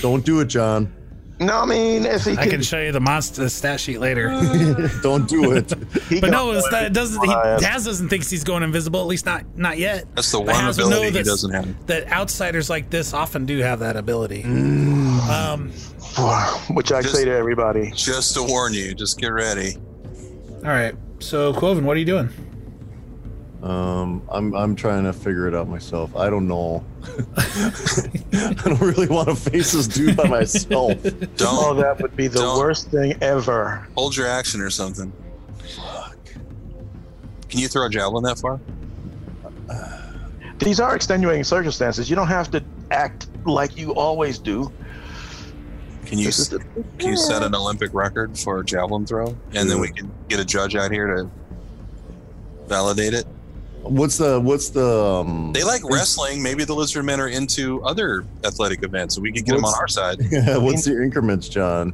S3: Don't do it, John.
S4: No, I mean if he
S2: I can
S4: can,
S2: show you the monster stat sheet later.
S5: (laughs)
S3: Don't do
S4: (laughs)
S3: it.
S4: he
S2: But
S4: can
S2: no, it's that it doesn't. He,
S4: Uh,
S2: Daz doesn't think he's going invisible. At least not not yet.
S5: That's the
S2: But
S5: one
S2: Hasbro know
S5: ability he
S2: this-
S5: doesn't have.
S2: That outsiders like this often do have that ability. Um,
S4: (sighs) which I
S5: Just-
S4: say to everybody.
S5: Just to warn you, just get ready.
S2: all right. So Quoven, what are you doing?
S3: Um, I'm I'm trying to figure it out myself. I don't know. (laughs) I don't really want to face this dude by myself.
S4: Oh,
S5: Don't
S4: that would be the
S5: Don't.
S4: worst thing ever.
S5: hold your action or something. Can you throw a javelin that far?
S4: These are extenuating circumstances. You don't have to act like you always do.
S5: Can you
S4: This is the-
S5: can you set an Olympic record for a javelin throw, and then we
S4: Mm.
S5: can get a judge out here to validate it?
S3: What's the what's the um, (laughs)
S5: They like wrestling. Maybe the lizard men are into other athletic events, and we can get them on our
S4: (laughs)
S5: side.
S3: what's your increments, John?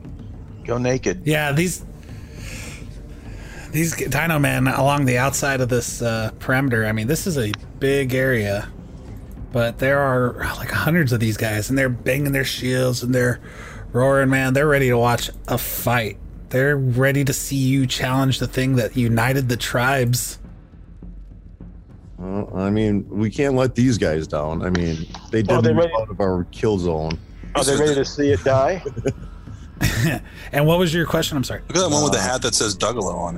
S4: Go naked.
S2: Yeah, these these Dino Man along the outside of this uh, perimeter. I mean, this is a big area, but there are like hundreds of these guys, and they're banging their shields and they're roaring. Man, they're ready to watch a fight. They're ready to see you challenge the thing that united the tribes.
S3: Well, Uh, I mean, we can't let these guys down. I mean, they
S4: Oh,
S3: did
S4: they
S3: move
S4: ready-
S3: out of our kill zone.
S4: Are they ready to see it die?
S2: And what was your question? I'm sorry.
S5: Look at that one with the hat that says Duggalo on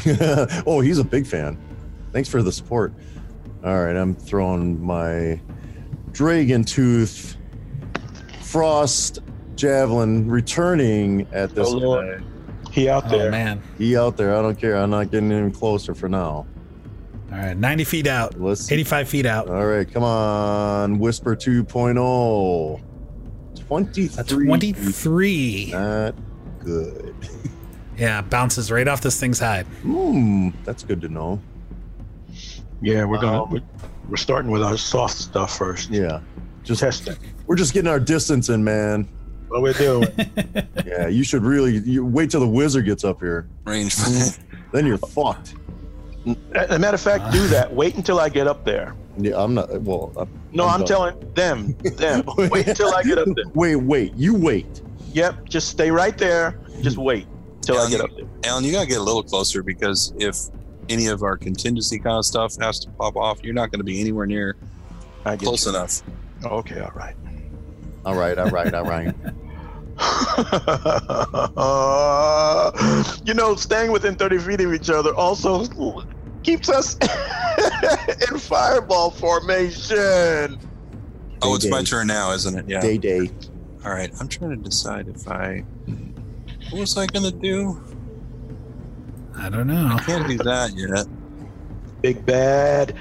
S5: it.
S3: (laughs) oh, he's a big fan. Thanks for the support. All right, I'm throwing my Dragon Tooth Frost Javelin returning at this
S4: Oh, Lord.
S3: guy.
S4: He out
S2: Oh
S4: there.
S2: man.
S3: He out there. I don't care. I'm not getting any closer for now.
S2: All right, 90 feet out,
S3: Let's
S2: 85 feet out.
S3: All right, come on. Whisper oh. 2.0.
S2: A
S3: 23.
S2: 23.
S3: Not good.
S2: Yeah, bounces right off this thing's hide.
S3: Hmm, that's good to know.
S4: Yeah, we're gonna we're, we're starting with our soft stuff first.
S3: Yeah. Just
S4: Testing.
S3: we're just getting our distance in, man.
S4: What we're doing.
S3: Yeah, you should really you wait till the wizard gets up here.
S5: Range.
S4: Mm.
S5: five.
S3: Then (laughs) you're fucked.
S4: As (laughs) a matter of fact, do that. Wait until I get up there.
S3: Yeah, I'm not. Well, uh, (laughs) I'm,
S4: No, I'm,
S3: done.
S4: telling them, (laughs) them. Wait until I get up there.
S3: Wait, wait. You wait.
S4: Yep, just stay right there. Just wait till I get up there.
S5: (laughs) Alan, you gotta get a little closer because if any of our contingency kind of stuff has to pop off, you're not gonna be anywhere near
S4: I get
S5: close
S4: you. Oh,
S5: enough.
S4: Okay, all right. (laughs)
S3: All right, all right, all right.
S4: you know, staying within 30 feet of each other also keeps us (laughs) in fireball formation.
S5: Oh, it's my
S3: Day-day.
S5: turn now, isn't it? Yeah.
S3: Day day.
S5: All right. I'm trying to decide if I. What was I gonna do?
S2: I don't know.
S5: Can't do that yet.
S4: Big bad.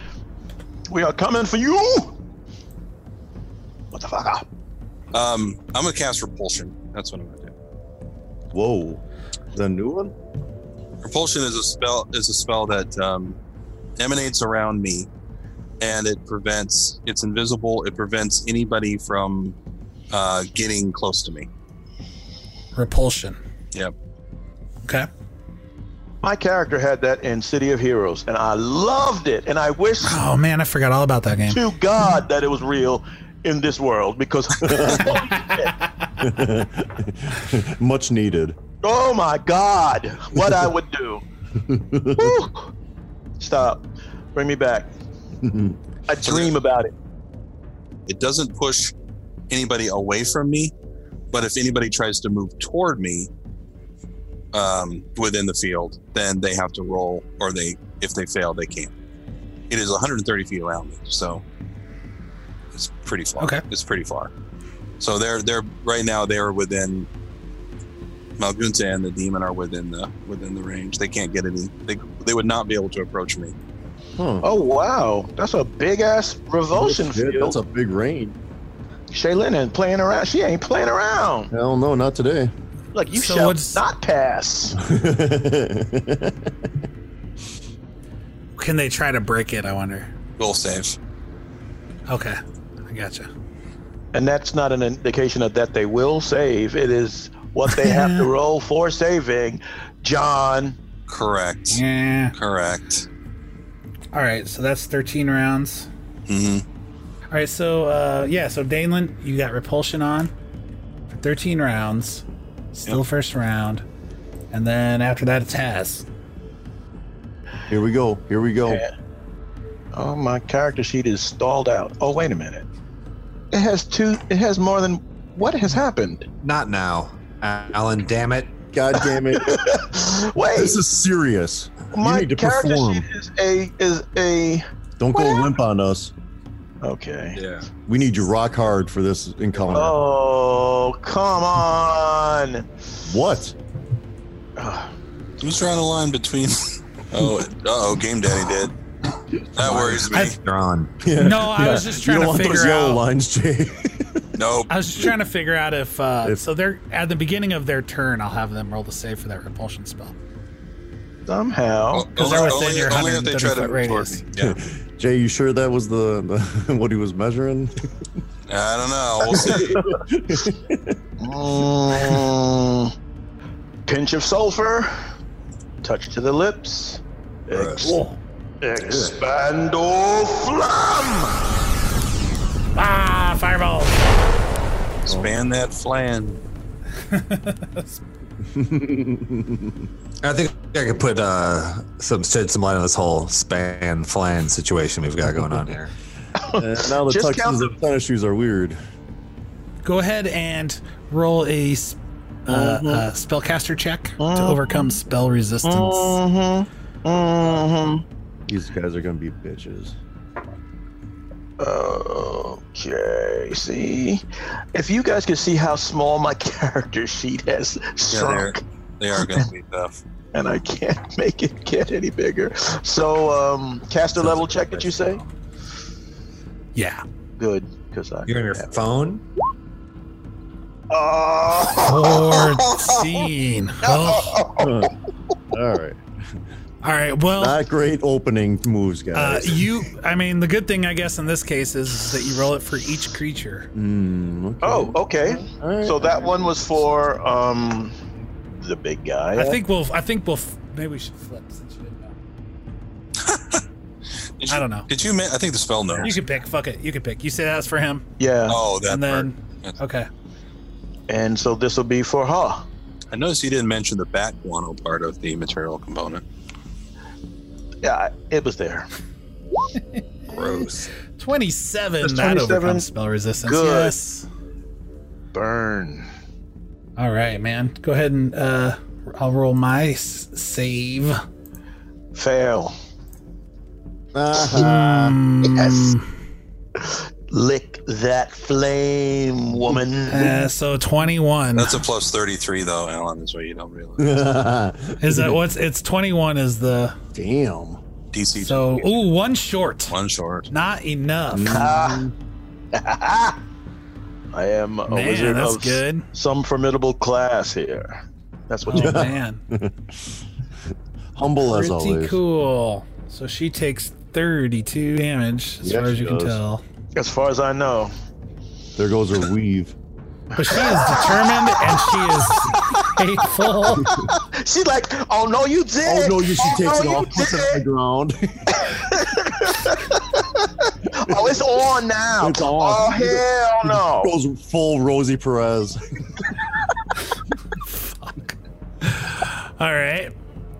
S4: We are coming for you. What the fuck?
S5: Um, I'm gonna cast repulsion. That's what I'm gonna do.
S3: Whoa. The new one?
S5: Repulsion is a spell is a spell that um, emanates around me, and it prevents. It's invisible. It prevents anybody from uh, getting close to me.
S2: Repulsion.
S5: Yep.
S2: Okay.
S4: My character had that in City of Heroes, and I loved it. And I wish
S2: Oh man, I forgot all about that game.
S4: to God that it was real in this world because
S3: (laughs)
S4: (laughs)
S3: Much needed.
S4: Oh my God! What I would do. Woo. Stop. Bring me back. I dream about it.
S5: It doesn't push anybody away from me, but if anybody tries to move toward me um, within the field, then they have to roll, or they if they fail, they can't. It is 130 feet around me, so it's pretty far.
S2: Okay.
S5: it's pretty far. So they're they're right now they're within. Malgunta and the demon are within the within the range. They can't get any. They they would not be able to approach me.
S3: Huh.
S4: Oh wow, that's a big ass revulsion
S3: Shit,
S4: field.
S3: That's a big rain.
S4: Shaylin ain't playing around. She ain't playing around.
S3: Hell no, not today. (laughs)
S4: Look, you
S2: So
S4: shall
S2: what's-
S4: not pass.
S2: Can they try to break it? I wonder.
S5: Goal save.
S2: Okay, I gotcha.
S4: And that's not an indication of that they will save. It is what they
S2: (laughs)
S4: have to roll for saving. John,
S5: Correct.
S2: Yeah.
S5: Correct.
S2: All right, so that's 13 rounds.
S5: hmm
S2: All right, so uh, yeah, so Danelin, you got repulsion on for 13 rounds, still first round, and then after that it's Taz.
S3: Here we go. Here we go.
S4: Yeah. Oh, my character sheet is stalled out. Oh, wait a minute. It has two. It has more than. What has happened?
S1: (laughs)
S4: (laughs)
S1: Not now, Alan. Damn it!
S3: God damn
S4: (laughs)
S3: it.
S4: Wait,
S3: this is serious.
S4: my
S3: need to
S4: character
S3: perform.
S4: sheet is a is a.
S3: Don't go limp on us.
S4: Okay.
S5: Yeah.
S3: We need you rock hard for this encounter.
S4: Oh, come on.
S3: What? (laughs)
S4: Ugh.
S5: Who's drawing the line between? (laughs) Oh, oh, Game Daddy did. That worries me.
S2: I-
S1: They're on.
S3: Yeah.
S2: No, I was just trying
S3: you don't want
S2: to
S3: those
S2: figure
S3: yellow
S2: out.
S3: lines, Jay.
S5: nope.
S2: I was just trying to figure out if, uh,
S3: If-
S2: so they're at the beginning of their turn. I'll have them roll the save for that repulsion spell
S4: Somehow.
S2: because they're within your
S5: only
S2: 130
S5: if they try to
S2: foot
S5: move toward
S2: radius.
S5: me. Yeah.
S3: Jay, you sure that was the, the (laughs) what he was measuring?
S5: I don't know. We'll see.
S4: Mm. (laughs) Pinch of sulfur. Touch to the lips. Ex- expando flum.
S2: Ah, fireball!
S5: Span that flan.
S1: I think I could put uh, some shed some light on this whole span flan situation we've got going on here.
S3: And Uh, now the
S4: Just count
S3: tuxes
S4: them.
S3: and tennis shoes are weird.
S2: Go ahead and roll a, s- uh, uh, spellcaster check to overcome spell resistance.
S4: Mm-hmm. Mm-hmm.
S3: These guys are gonna be bitches.
S4: Okay. See, if you guys could see how small my (laughs) character sheet has shrunk,
S5: They are going to be tough.
S4: and I can't (laughs) make it get any bigger. So, um, caster level check. Did you say?
S2: Yeah.
S4: Good, because I.
S1: (laughs) You're on your
S3: (laughs)
S1: phone.
S4: Oh,
S2: 14. Oh.
S3: Huh. (laughs) All right,
S2: All right. Well,
S3: not great opening moves,
S2: Uh,
S3: guys.
S2: you, I mean, the good thing, I guess, in this case is that you roll it for each creature.
S3: Mm, okay.
S4: oh, okay.
S3: All right.
S4: So that one was for um, the big guy.
S2: I think we'll, I think we'll, f- maybe we should flip since you didn't know.
S5: (laughs) Did you,
S2: I don't know.
S5: Did you? ma- I think the spell
S2: You
S5: knows.
S2: can pick. Fuck it. You can pick. You say that's for him,
S4: Yeah.
S5: Oh, that
S2: and then
S5: part.
S2: okay.
S4: And so this will be for Ha.
S5: I noticed you didn't mention the bat guano part of the material component.
S2: Mm.
S4: Yeah, I- it was there.
S1: Gross.
S2: Twenty-seven.
S4: That's
S2: that
S4: 27.
S2: overcomes spell resistance.
S4: Good.
S2: Yes.
S4: Burn.
S2: All right, man. Go ahead and uh, I'll roll my s- save.
S4: Fail.
S3: Uh-huh.
S2: Mm,
S4: (laughs) Yes. Lick that flame, woman.
S2: Uh, so twenty-one.
S5: That's a plus 33, though, Alan, is what you don't realize.
S2: is that what's? It's twenty-one. Is the
S3: Damn.
S5: DC
S2: so? Ooh, one short.
S5: one short.
S2: Not enough.
S4: Ah. I am a
S2: Man,
S4: wizard
S2: that's
S4: of
S2: good.
S4: some formidable class here. That's what
S2: (laughs) Oh
S4: you
S2: man.
S3: Humble as
S2: Pretty
S3: always.
S2: cool. So she takes 32 damage, as
S3: Yeah,
S2: far as
S3: she
S2: you can
S3: does.
S2: tell.
S4: as far as I know.
S3: There goes her
S4: (laughs)
S3: weave.
S2: But she is determined and she is faithful.
S4: She's like, oh no, you did
S3: Oh
S4: it.
S3: no! You, she takes it
S4: no,
S3: off,
S4: you
S3: puts it on the ground.
S4: did
S3: (laughs)
S4: it. Oh, it's on now.
S3: It's on.
S4: Oh hell no.
S3: goes full Rosie Perez.
S2: All right.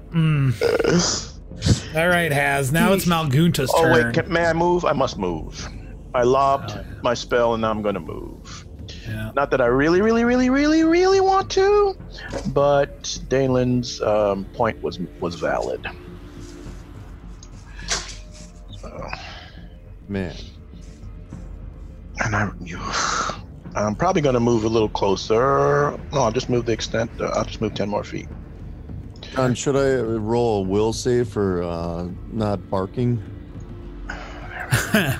S2: Mm. All right, Has. Now
S4: (laughs)
S2: it's Malgunta's
S4: Oh
S2: turn.
S4: wait, can, may I move? I must move. I lobbed my spell and now I'm gonna move.
S2: Yeah.
S4: Not that I really, really, really, really, really want to, but Danelin's um, point was was valid.
S3: Man,
S4: And I, you, I'm probably gonna move a little closer. No, I'll just move the extent. Uh, I'll just move ten more feet.
S3: John, should I roll a will save for uh, not barking? (laughs)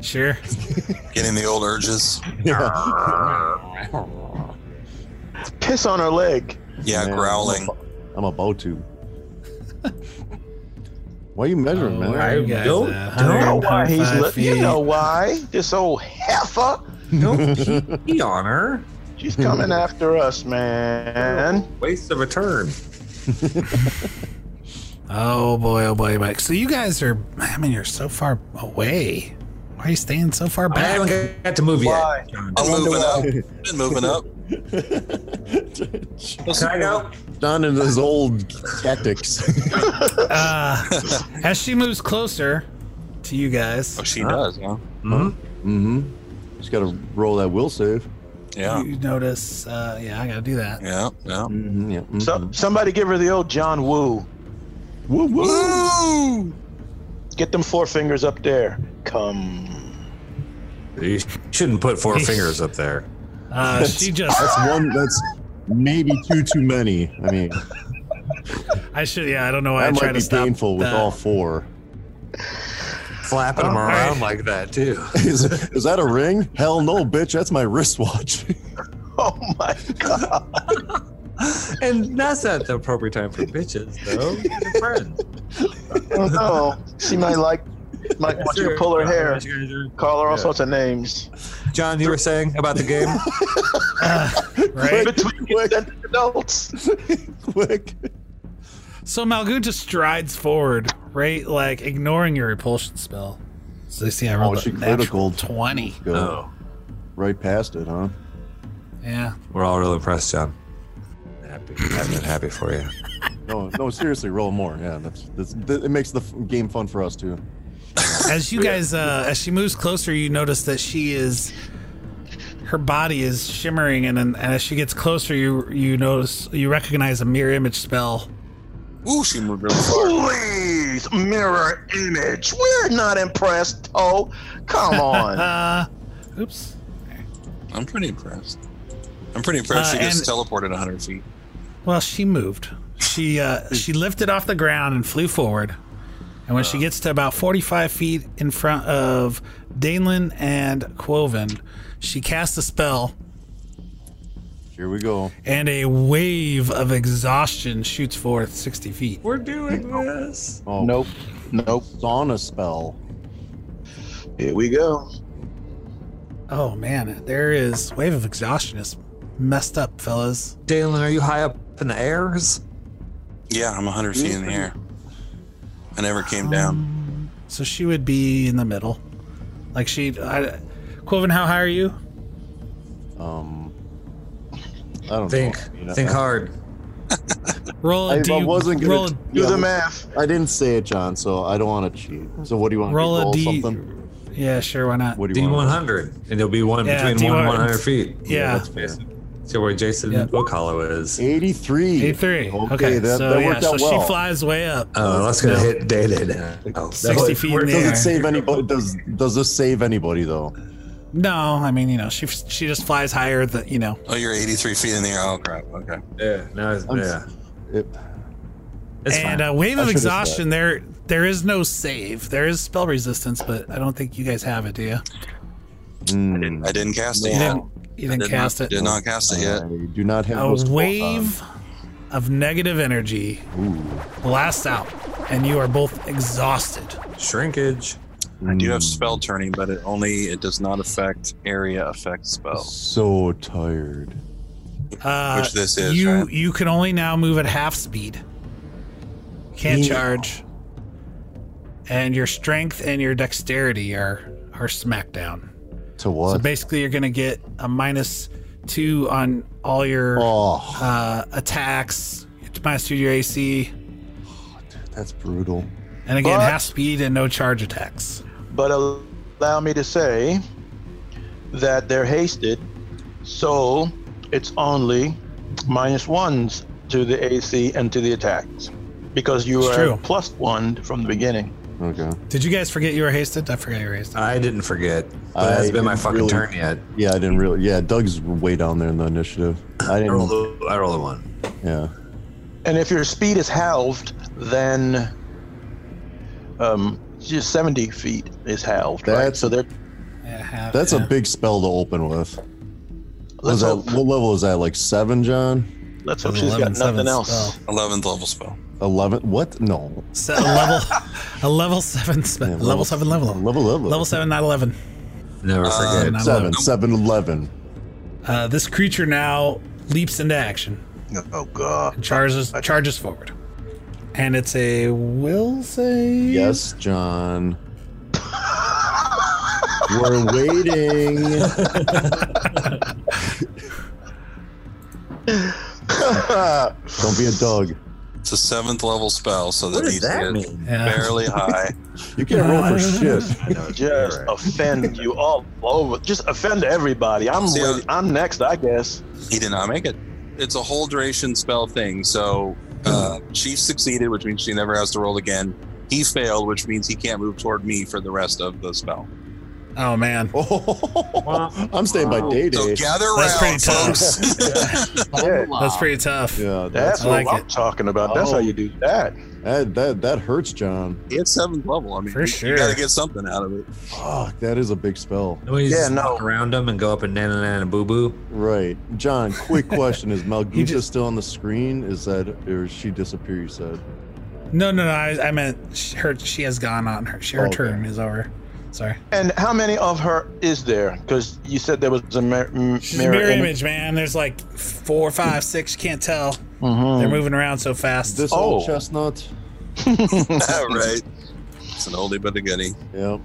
S2: Sure.
S5: Getting the old urges.
S4: Piss on her leg.
S5: Yeah,
S3: Man, I'm
S5: growling.
S3: abo- I'm about to. (laughs) Why are you measuring, man?
S2: where are Oh, you guys
S1: don't-
S2: at?
S1: don't
S4: You know why he's
S2: 105
S4: li- You
S2: feet.
S4: know why? This old heifer.
S1: Don't pee on her.
S4: She's (laughs) coming after us, man.
S1: Waste of a turn.
S2: Oh boy, oh boy, Mike. So you guys are I mean you're so far away. Why are you staying so far
S1: I
S2: back?
S1: haven't got to move
S4: Why?
S1: yet. John.
S5: Been moving up.
S4: why.
S5: Been moving up.
S1: Can I go?
S3: John and his old tactics. (laughs)
S2: Uh, as she moves closer to you guys,
S5: Oh, she does. Huh?
S3: mm-hmm. Just got to roll that will save.
S5: Yeah.
S2: you Hmm. notice uh, yeah, I gotta do that.
S5: Yeah. Yeah.
S3: Mm-hmm, yeah. mhm.
S4: So, somebody give her the old John Woo.
S3: Woo, woo.
S4: Get them four fingers up there. Come. (laughs)
S1: You shouldn't put (laughs) four fingers up there.
S2: Uh, she just
S3: That's one. That's maybe two too many. I mean,
S2: I should. Yeah, I don't know why I
S3: that
S2: tried
S3: might
S2: to
S3: be
S2: stop
S3: painful with
S2: that.
S3: all four. (laughs)
S1: Flapping them
S2: right.
S1: around like that too.
S3: is, is that a ring? Hell no, bitch. That's my wristwatch. (laughs)
S4: Oh my God.
S1: And that's not the appropriate time for bitches, though. Your friends.
S4: Oh no. She (laughs) might like. Might want you to pull her hair. Call her all sorts of names.
S1: John, you were saying about the game?
S4: (laughs)
S2: Right.
S4: Between consenting adults.
S3: Quick.
S2: So Malgoon just strides forward, right, like ignoring your repulsion spell. So you see, I rolled
S3: she
S2: a
S3: critical.
S2: natural twenty.
S3: Go. Right past it, huh?
S2: Yeah.
S1: We're all real impressed, John.
S3: happy.
S1: I've been happy for you.
S3: No, no, seriously, roll more. Yeah, that's, that's that, it makes the f- game fun for us too.
S2: As you guys, uh, as she moves closer, you notice that she is, her body is shimmering, and, and as she gets closer, you you notice you recognize a mirror image spell.
S5: Ooh, she moved really far.
S4: Please, mirror image. We're not impressed. Oh, come (laughs) on.
S2: Uh, oops.
S5: I'm pretty impressed. I'm pretty impressed.
S2: Uh,
S5: she just
S2: and-
S5: teleported 100 feet.
S2: Well, she moved. She uh, she lifted off the ground and flew forward. And when
S3: Uh.
S2: she gets to about 45 feet in front of Danelin and Quoven, she casts a spell,
S3: Here we go.
S2: and a wave of exhaustion shoots forth 60 feet.
S8: We're doing this.
S3: Oh,
S4: nope. Nope.
S3: sauna spell.
S4: Here we go.
S2: Oh man, there is wave of exhaustion is messed up, fellas.
S1: Dalen, are you high up in the airs?
S5: Yeah, I'm 100 feet in the air. I never came
S2: Um,
S5: down.
S2: So she would be in the middle, like she. I, Quoven, how high are you?
S3: Um, I don't
S1: Think,
S3: Oh, know. I mean, I-
S1: think hard.
S2: Roll.
S3: I,
S2: a
S3: I
S2: D-
S3: wasn't gonna.
S2: roll. a-
S4: Do
S3: yeah,
S4: the math.
S3: I didn't say it, John. So I don't want to cheat. So what do you want?
S2: Roll a
S3: roll
S2: D-
S3: something?
S2: Yeah, sure. Why not?
S3: What do
S1: D
S3: you
S1: one
S3: want?
S1: hundred, and it'll be one
S2: Yeah,
S1: between one and one
S2: D100.
S1: hundred feet.
S2: Yeah.
S3: That's fair.
S1: So where Jason
S2: Yeah.
S1: Wakala is.
S3: Eighty-three.
S2: A three. Okay,
S3: that,
S2: so
S3: that
S2: yeah,
S3: worked
S2: so
S3: out well.
S2: she flies way up.
S1: Oh, that's gonna hit dated. Oh,
S2: 60 feet in the
S3: Does
S2: air.
S3: it save anybody? Does does this save anybody though?
S2: No, I mean you know she she just flies higher than you know.
S5: Oh, you're 83 feet in the air. Oh, crap. Okay.
S1: Yeah, no, it's,
S3: I'm
S1: yeah.
S3: s- It,
S1: It's
S2: and
S1: fine.
S2: uh, wave
S3: I
S2: of
S3: should've said
S2: exhaustion. There there is no save. There is spell resistance, but I don't think you guys have it, do you?
S3: mm,
S5: I didn't cast it
S2: You
S5: yet.
S2: didn't, you didn't
S5: Did
S2: cast
S5: not,
S2: it.
S5: Did not cast it yet.
S3: I do not have
S2: A
S3: those spells
S2: wave of negative energy blasts out, and you are both exhausted.
S1: Shrinkage.
S3: on.
S5: I do have
S3: Mm,
S5: spell turning, but it only it does not affect area effect spells.
S3: So tired.
S2: Uh,
S5: Which this is,
S2: You
S5: right?
S2: you can only now move at half speed. Can't charge. And your strength and your dexterity are are smacked down.
S3: To
S2: So
S3: what?
S2: basically, you're gonna get a minus two on all your
S3: oh,
S2: uh, attacks. It's minus two to your AC,
S3: that's brutal.
S2: and again
S4: But-
S2: half speed and no charge attacks.
S4: But al- allow me to say that they're hasted, so it's only minus ones to the AC and to the attacks because you
S2: It's
S4: are
S2: true.
S4: plus one from the beginning.
S3: Okay.
S2: Did you guys forget you were hasted? I forgot you were hasted.
S1: I didn't forget, but it hasn't been my
S3: I
S1: fucking
S3: really-
S1: turn yet.
S3: Yeah, I didn't really. Yeah, Doug's way down there in the initiative. I
S1: I
S3: didn't.
S1: rolled, a- I rolled a one.
S3: Yeah.
S4: And if your speed is halved, then um, just 70 feet is halved, right?
S3: That's-
S4: So they're
S2: Yeah, half,
S3: That's
S2: yeah.
S3: a big spell to open with.
S4: let's
S3: Was that,
S4: hope,
S3: what level is that? Like seven, John?
S4: let's hope
S2: That's
S4: she's got
S2: 11,
S4: nothing
S2: seven
S4: else. (laughs)
S2: spell.
S5: 11th level spell.
S3: Eleven? What? No.
S2: So a level, (laughs) a level seven, spell.
S3: Yeah,
S2: level seven, level up.
S3: Level level.
S2: level seven, not eleven.
S1: Never forget.
S2: not
S3: seven.
S2: 11.
S3: Seven. Eleven.
S2: Uh, this creature now leaps into action
S4: Oh, God.
S2: and charges charges forward, and it's a will save.
S3: Yes, John. We're waiting. (laughs) Don't be a dog.
S5: It's a seventh level spell, so the
S1: What does
S5: DC
S1: that
S5: is
S1: mean?
S2: Yeah. (laughs)
S5: barely high.
S3: You can't roll for shit.
S1: I know it's
S4: just
S1: right.
S4: offend you all over. Just offend everybody. I'm
S5: See,
S4: ready. I'm next, I guess.
S5: He did not make it. It's a whole duration spell thing. So uh, she succeeded, which means she never has to roll again. He failed, which means he can't move toward me for the rest of the spell.
S2: Oh man.
S3: Oh, (laughs) I'm staying by day
S5: So
S3: day.
S5: gather
S2: That's pretty
S5: round,
S2: tough.
S5: folks.
S2: (laughs)
S5: (laughs)
S4: Yeah,
S2: That's pretty tough.
S3: Yeah, that,
S4: that's
S2: I
S4: what
S2: like
S4: I'm
S2: it.
S4: talking about. That's
S3: Oh.
S4: how you do that.
S3: that that that hurts, John.
S5: it's seventh level. I mean,
S2: For
S5: you,
S2: sure.
S5: you got to get something out of (laughs) it.
S3: Fuck, that is a big spell.
S1: Then we
S4: Yeah,
S1: just
S4: no.
S1: walk around them and go up and na na na and boo boo.
S3: Right, John. Quick question: Is Malgusa
S2: just-
S3: still on the screen? Is that or she disappear? You said.
S2: No, no, no. I, I meant sh- her. She has gone on. Her, she- her
S3: Oh, okay.
S2: turn is over. Sorry.
S4: And how many of her is there? Because you said there was a mir- m-
S2: She's
S4: mirror,
S2: a mirror image, man. There's like four, five, six. You can't tell.
S4: Mhm.
S2: They're moving around so fast.
S3: Hmm. This
S4: Oh.
S3: old chestnut.
S5: right. It's an oldie but a goodie.
S3: Yep.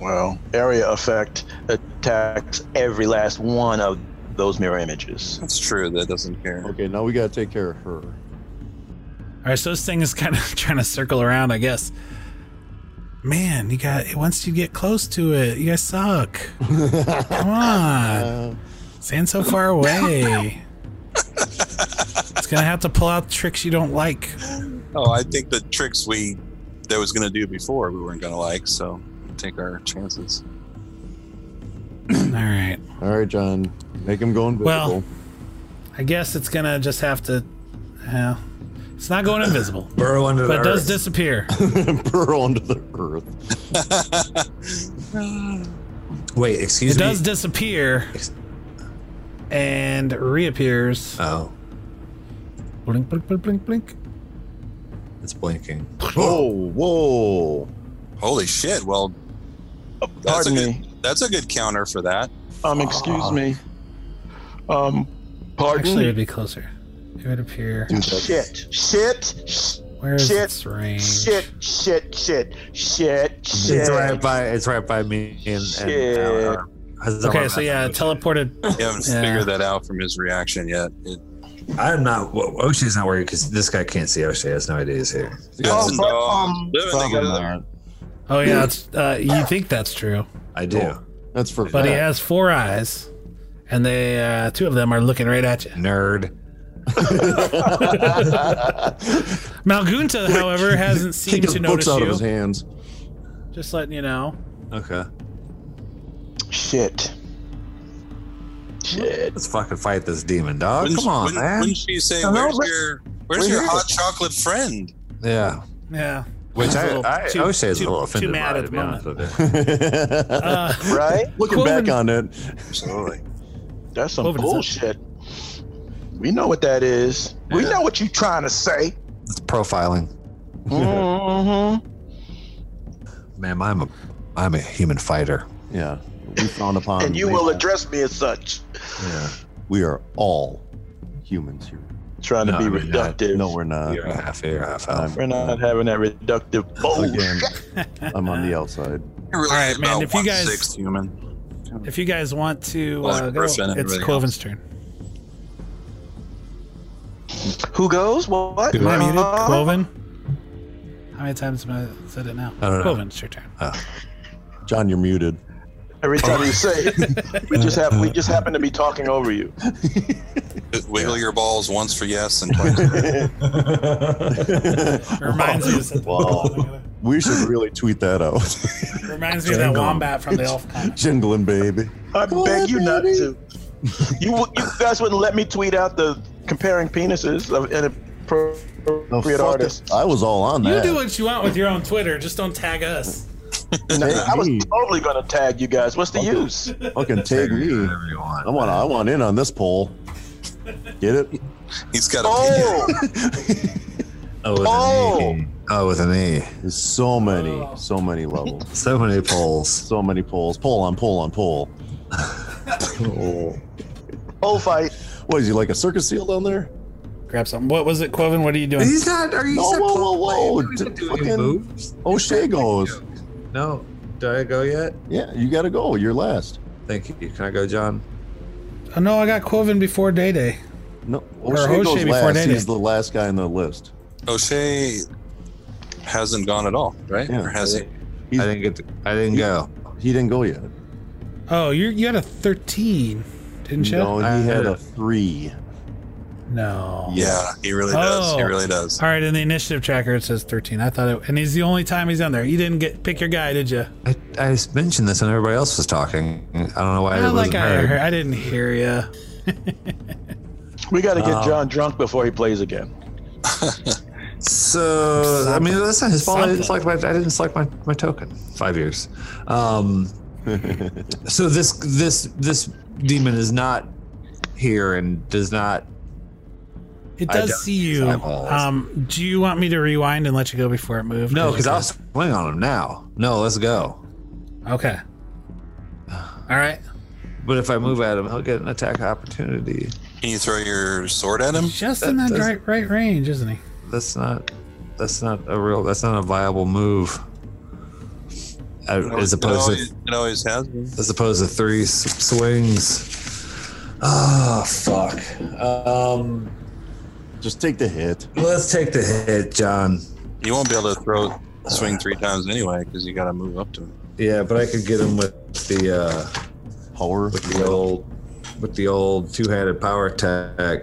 S4: Well, area effect attacks every last one of those mirror images.
S5: That's true. That doesn't care.
S3: Okay, now we gotta take care of her.
S2: All right, so this thing is kind of (laughs) trying to circle around, I guess. Man, you got once you get close to it, you
S3: (laughs)
S2: guys suck. Come on,
S3: Uh,
S2: stand so far away. it's gonna have to pull out tricks you don't like. (clears throat)
S5: Oh, I think the tricks we that was gonna do before we weren't gonna like. So take our chances.
S2: All right,
S3: all right, John, make him go invisible.
S2: Well- I guess it's gonna just have to. Well, it's not going invisible,
S1: Burrow under the
S2: but it does
S1: earth.
S4: (laughs)
S2: disappear.
S3: (laughs) Burrow under the earth.
S1: Wait, excuse
S2: It
S1: me.
S2: does disappear and reappears.
S1: oh,
S2: Blink, blink, blink, blink, blink.
S1: it's blinking.
S3: Whoa, Oh, whoa!
S5: Holy shit! Well,
S4: Uh,
S5: that's a
S4: pardon
S5: good,
S4: me.
S5: That's a good counter for that.
S4: Um, excuse me. Um, pardon.
S2: Actually, it'd be closer. It would appear.
S4: shit. Shit.
S2: Where is
S4: Shit.
S2: its range?
S4: Shit. Shit. Shit. Shit. Shit.
S1: It's right by. It's right by me and. and
S4: Shit.
S2: Okay, so yeah, teleported.
S5: You haven't
S2: Yeah.
S5: figured that out from his reaction yet. It,
S1: Oh, I'm not. Well, Oshie's not worried because this guy can't see Oshie. Has no idea he's here.
S5: Oh,
S4: Oh, um,
S5: living together.
S2: Oh yeah, it's, uh, you think that's true,
S1: I do.
S3: Oh. That's for
S2: but he
S3: fact.
S2: has four eyes, and they uh, two of them are looking right at you.
S1: Nerd.
S2: Malgunta, however, hasn't
S3: Take
S2: seemed
S3: his
S2: to
S3: books
S2: notice
S3: out of his
S2: you.
S3: hands. (laughs)
S2: Just letting you know.
S1: Okay.
S4: Shit. Shit.
S1: Let's fucking fight this demon
S2: Oh,
S1: dog.
S5: Wouldn't-
S1: Come on,
S5: wouldn't-
S1: man.
S5: Wouldn't she say,
S1: Hello,
S5: "Where's
S1: bro-
S5: your, where's
S1: we're
S5: your
S1: here."
S5: hot chocolate friend?"
S1: Yeah.
S2: Yeah.
S1: Which
S2: She's a
S1: I,
S2: little
S1: I
S2: too-
S1: Oshie is a
S2: too-
S1: little
S2: too
S1: offended
S2: mad
S1: by,
S2: at
S1: to
S2: the
S1: be honest with you.
S2: Uh,
S4: Right?
S3: Looking
S2: Cloven-
S3: back on it,
S5: Absolutely.
S4: (laughs) That's some
S2: Cloven, is that-
S4: bullshit. We know what that is. We know what you trying
S3: (laughs)
S4: to say.
S1: It's profiling.
S3: Mm-hmm.
S4: hmm
S1: Man, I'm a, I'm a human fighter.
S3: yeah, we found upon.
S4: And you will address me as such.
S1: Yeah.
S3: We are all humans here.
S4: Trying to
S1: No,
S4: be
S1: I mean, no,
S4: reductive.
S3: No, we're not.
S1: You're a half ear, half elf.
S3: I'm,
S4: We're not having that reductive bullshit.
S3: again, I'm on the outside.
S5: All
S2: right, man, if you guys-
S5: sixth human,
S2: if you guys want to,
S5: Well,
S2: uh, go,
S5: Griffin and
S2: it's
S5: everything
S2: Quoven's turn.
S4: Who goes? What?
S2: Am I muted?
S4: Uh-huh.
S2: Cloven? How many times have I said it now?
S1: I don't know.
S2: Cloven, it's your turn.
S3: John, you're muted.
S4: (laughs) Every time you say it, we just have we just happen to be talking over you.
S5: wiggle your balls once for yes and twice. for
S2: It reminds me of,
S3: Wow. we should really tweet that out. (laughs)
S2: reminds me of that wombat from the elf comic.
S3: Jingling, baby.
S4: I beg you not to. You wou- you guys wouldn't let me tweet out the comparing penises of
S3: No,
S4: inappropriate
S3: fuck
S4: artists.
S3: it. I was all on
S2: You
S3: that.
S2: do what you want with your own Twitter. Just don't tag us.
S3: Tag
S4: I was
S3: me.
S4: totally gonna tag you guys. What's the
S3: Okay.
S4: use?
S3: Fucking take me.
S1: Whatever you
S3: I
S1: want.
S3: want. I want in on this poll. Get it?
S5: He's got a
S4: Oh, (laughs)
S1: Oh, with
S4: Oh!
S1: an E. Oh, with an E.
S3: There's so many, so many levels,
S1: So many polls.
S3: so many polls. Poll on poll on poll. oh.
S4: whole fight.
S3: What is he like a circus seal down there?
S2: Grab something. What was it, Quoven? What are you doing?
S1: He's not. Are you?
S3: No,
S1: he's not
S3: whoa, whoa,
S1: playing.
S3: whoa,
S1: He's not
S3: d-
S1: doing
S3: fucking-
S1: moves.
S3: O'Shea goes.
S1: No. Do I go yet?
S3: Yeah, you got to go. You're last.
S1: Thank you. Can I go, John?
S2: Oh, no, I got Quoven before Day Day.
S3: No,
S2: Or
S3: O'Shea
S2: O'Shea
S3: goes
S2: before
S3: last.
S2: Nene.
S3: He's the last guy on the list.
S5: O'Shea hasn't gone at all, right?
S3: Yeah.
S5: Or has he?
S3: He's-
S1: I didn't get. To, I didn't go.
S3: He didn't go yet.
S2: Oh, you you had a thirteen, didn't you?
S3: No,
S1: I
S3: he had
S1: did.
S3: a three.
S2: No.
S5: Yeah, he really does. He
S2: Oh.
S5: really does.
S2: All right, in the initiative tracker it says thirteen. I thought it, and he's the only time he's on there. You didn't get pick your guy, did you?
S1: I, I just mentioned this when everybody else was talking. I don't know why it wasn't
S2: like I
S1: heard.
S2: heard. I didn't hear you.
S4: We gotta get
S1: Oh.
S4: John drunk before he plays again.
S1: So I mean, that's not his fault. I didn't
S2: Something.
S1: select my. I didn't select my, my token. Five years. Um, so this this this demon is not here and does not.
S2: It
S1: I
S2: does
S1: don't
S2: see
S1: use
S2: you.
S1: eyeballs.
S2: Um, do you want me to rewind and let you go before it moved?
S1: No, because
S2: you
S1: I'll swing on him now. No, let's go.
S2: could- okay. All right.
S1: But if I move at him, he'll get an attack opportunity.
S5: Can you throw your sword at him?
S2: Just
S1: That
S2: in that
S1: does-
S2: right, right range, isn't he?
S1: That's not. That's not a real. That's not a viable move. I, as
S5: it
S1: opposed
S5: always,
S1: to
S5: it always has been.
S1: as opposed to three s- swings. Oh, fuck. Um,
S3: Just take the hit.
S1: let's take the hit, John.
S5: You won't be able to throw swing three times anyway because you got to move up to him.
S1: Yeah, but I could get him with the uh,
S3: Power.
S1: with the old with the old two-handed power attack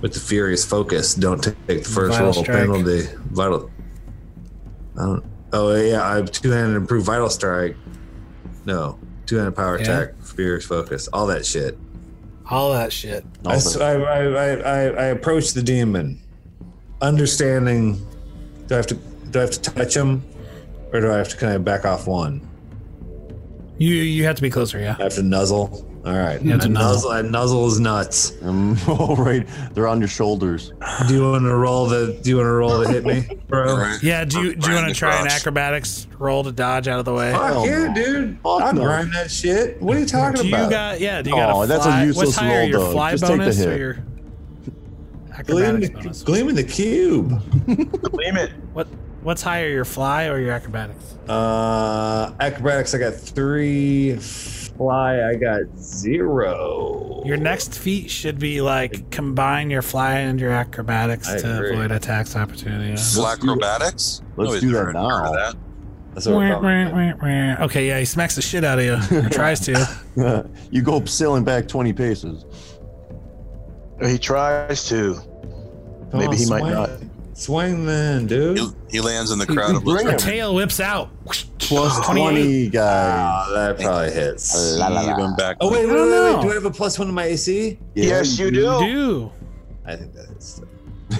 S1: with the furious focus. Don't take the first
S8: Vital
S1: roll
S8: strike.
S1: penalty. Vital. I don't. Oh yeah, I have two-handed improved vital strike. No, two-handed power
S8: Yeah.
S1: attack, furious focus, all that shit.
S8: All that shit.
S1: I, s- I, I, I- I- I approach the demon, understanding. Do I have to? Do I have to touch him, or do I have to kind of back off one?
S2: You you have to be closer, yeah.
S1: I have to nuzzle. All right,
S2: You have to
S1: I nuzzle.
S2: nuzzle.
S1: I nuzzle his nuts.
S3: Um, (laughs) all right. They're on your shoulders. (laughs)
S1: Do you want to roll the? Do you want to roll the hit me, bro?
S5: All right.
S2: Oh. Yeah, do you do you
S5: Grind
S2: want to
S5: the
S2: try an
S5: crops.
S2: acrobatics roll to dodge out of the way?
S1: Fuck yeah, dude! I
S3: no.
S1: grind that shit. What are you
S2: Do
S1: talking
S2: you
S1: about?
S2: got yeah? Do you got
S3: Aw,
S2: a fly?
S3: that's a useless
S2: What's higher,
S3: roll,
S2: your
S3: dog.
S2: fly
S3: Just take the
S2: bonus or
S3: hit.
S2: your
S1: Gleam
S2: acrobatics
S1: the,
S2: bonus?
S1: gleam in the cube.
S4: Blame it.
S2: What what's higher, your fly or your acrobatics?
S1: Uh, acrobatics. I got three. Fly. I got zero.
S2: Your next feat should be like combine your fly and your acrobatics
S1: I
S2: to
S1: agree.
S2: avoid attacks opportunity.
S5: Acrobatics.
S3: let's
S5: he's
S3: do that
S5: never heard
S3: now.
S5: of that.
S1: That's what we're talking about.
S2: Okay, yeah, he smacks the shit out of
S1: (laughs)
S2: you. Or tries to.
S3: you go sailing back 20 paces.
S4: He tries to.
S1: Come
S4: Maybe he might
S1: swing.
S4: not.
S1: Swing Oh, then, dude.
S5: He, he lands in the crowd. of
S3: Bring
S2: Her
S3: him.
S2: tail whips out.
S3: Plus 20, guys.
S1: Ah, that probably hits.
S3: La, la, la.
S5: Even back.
S1: Oh wait, wait,
S2: I don't
S1: wait, wait.
S2: know.
S1: Do I have a plus one to my AC?
S4: yes, you do.
S2: Do
S1: I think that is.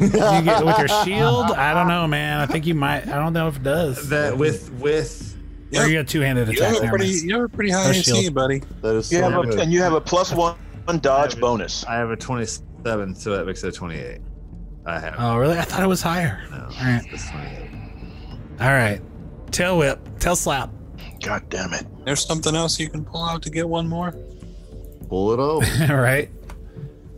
S2: you get with your shield? I don't know, man. I think you might. I don't know if it does.
S1: That with with
S2: Or you got two handed
S5: You have
S2: attack.
S5: a
S2: never
S5: pretty,
S2: mind.
S5: you have a pretty high
S2: Or
S5: AC,
S2: shield.
S5: buddy.
S3: That is
S4: You
S3: so
S4: have a,
S3: good.
S4: and you have a plus one dodge bonus.
S1: I have a twenty-seven, so that makes it a twenty-eight. I have.
S2: Oh, really? I thought it was higher.
S1: no,
S2: alright.
S1: it's 28.
S2: All right. Tail whip, tail slap. (laughs)
S4: God damn it.
S5: There's something else you can pull out to get one more.
S3: Pull it up.
S2: All right.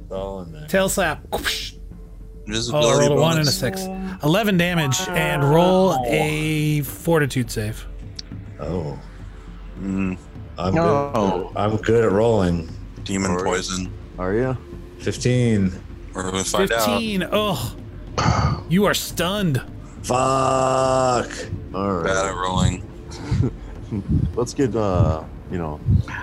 S1: It's all in there.
S2: Tail slap. Whoosh. Oh, I
S5: Invisibility
S2: rolled a one and a
S5: bonus.
S2: six. 11 damage and roll a fortitude save.
S1: Oh,
S5: Mm,
S1: I'm
S4: No.
S1: good. I'm good at rolling.
S5: demon poison.
S3: Are you?
S1: Fifteen.
S5: We're gonna find out.
S2: 15. Oh, you are stunned.
S1: Fuck.
S3: All right.
S5: Bad at rolling.
S3: Let's get, uh, you know,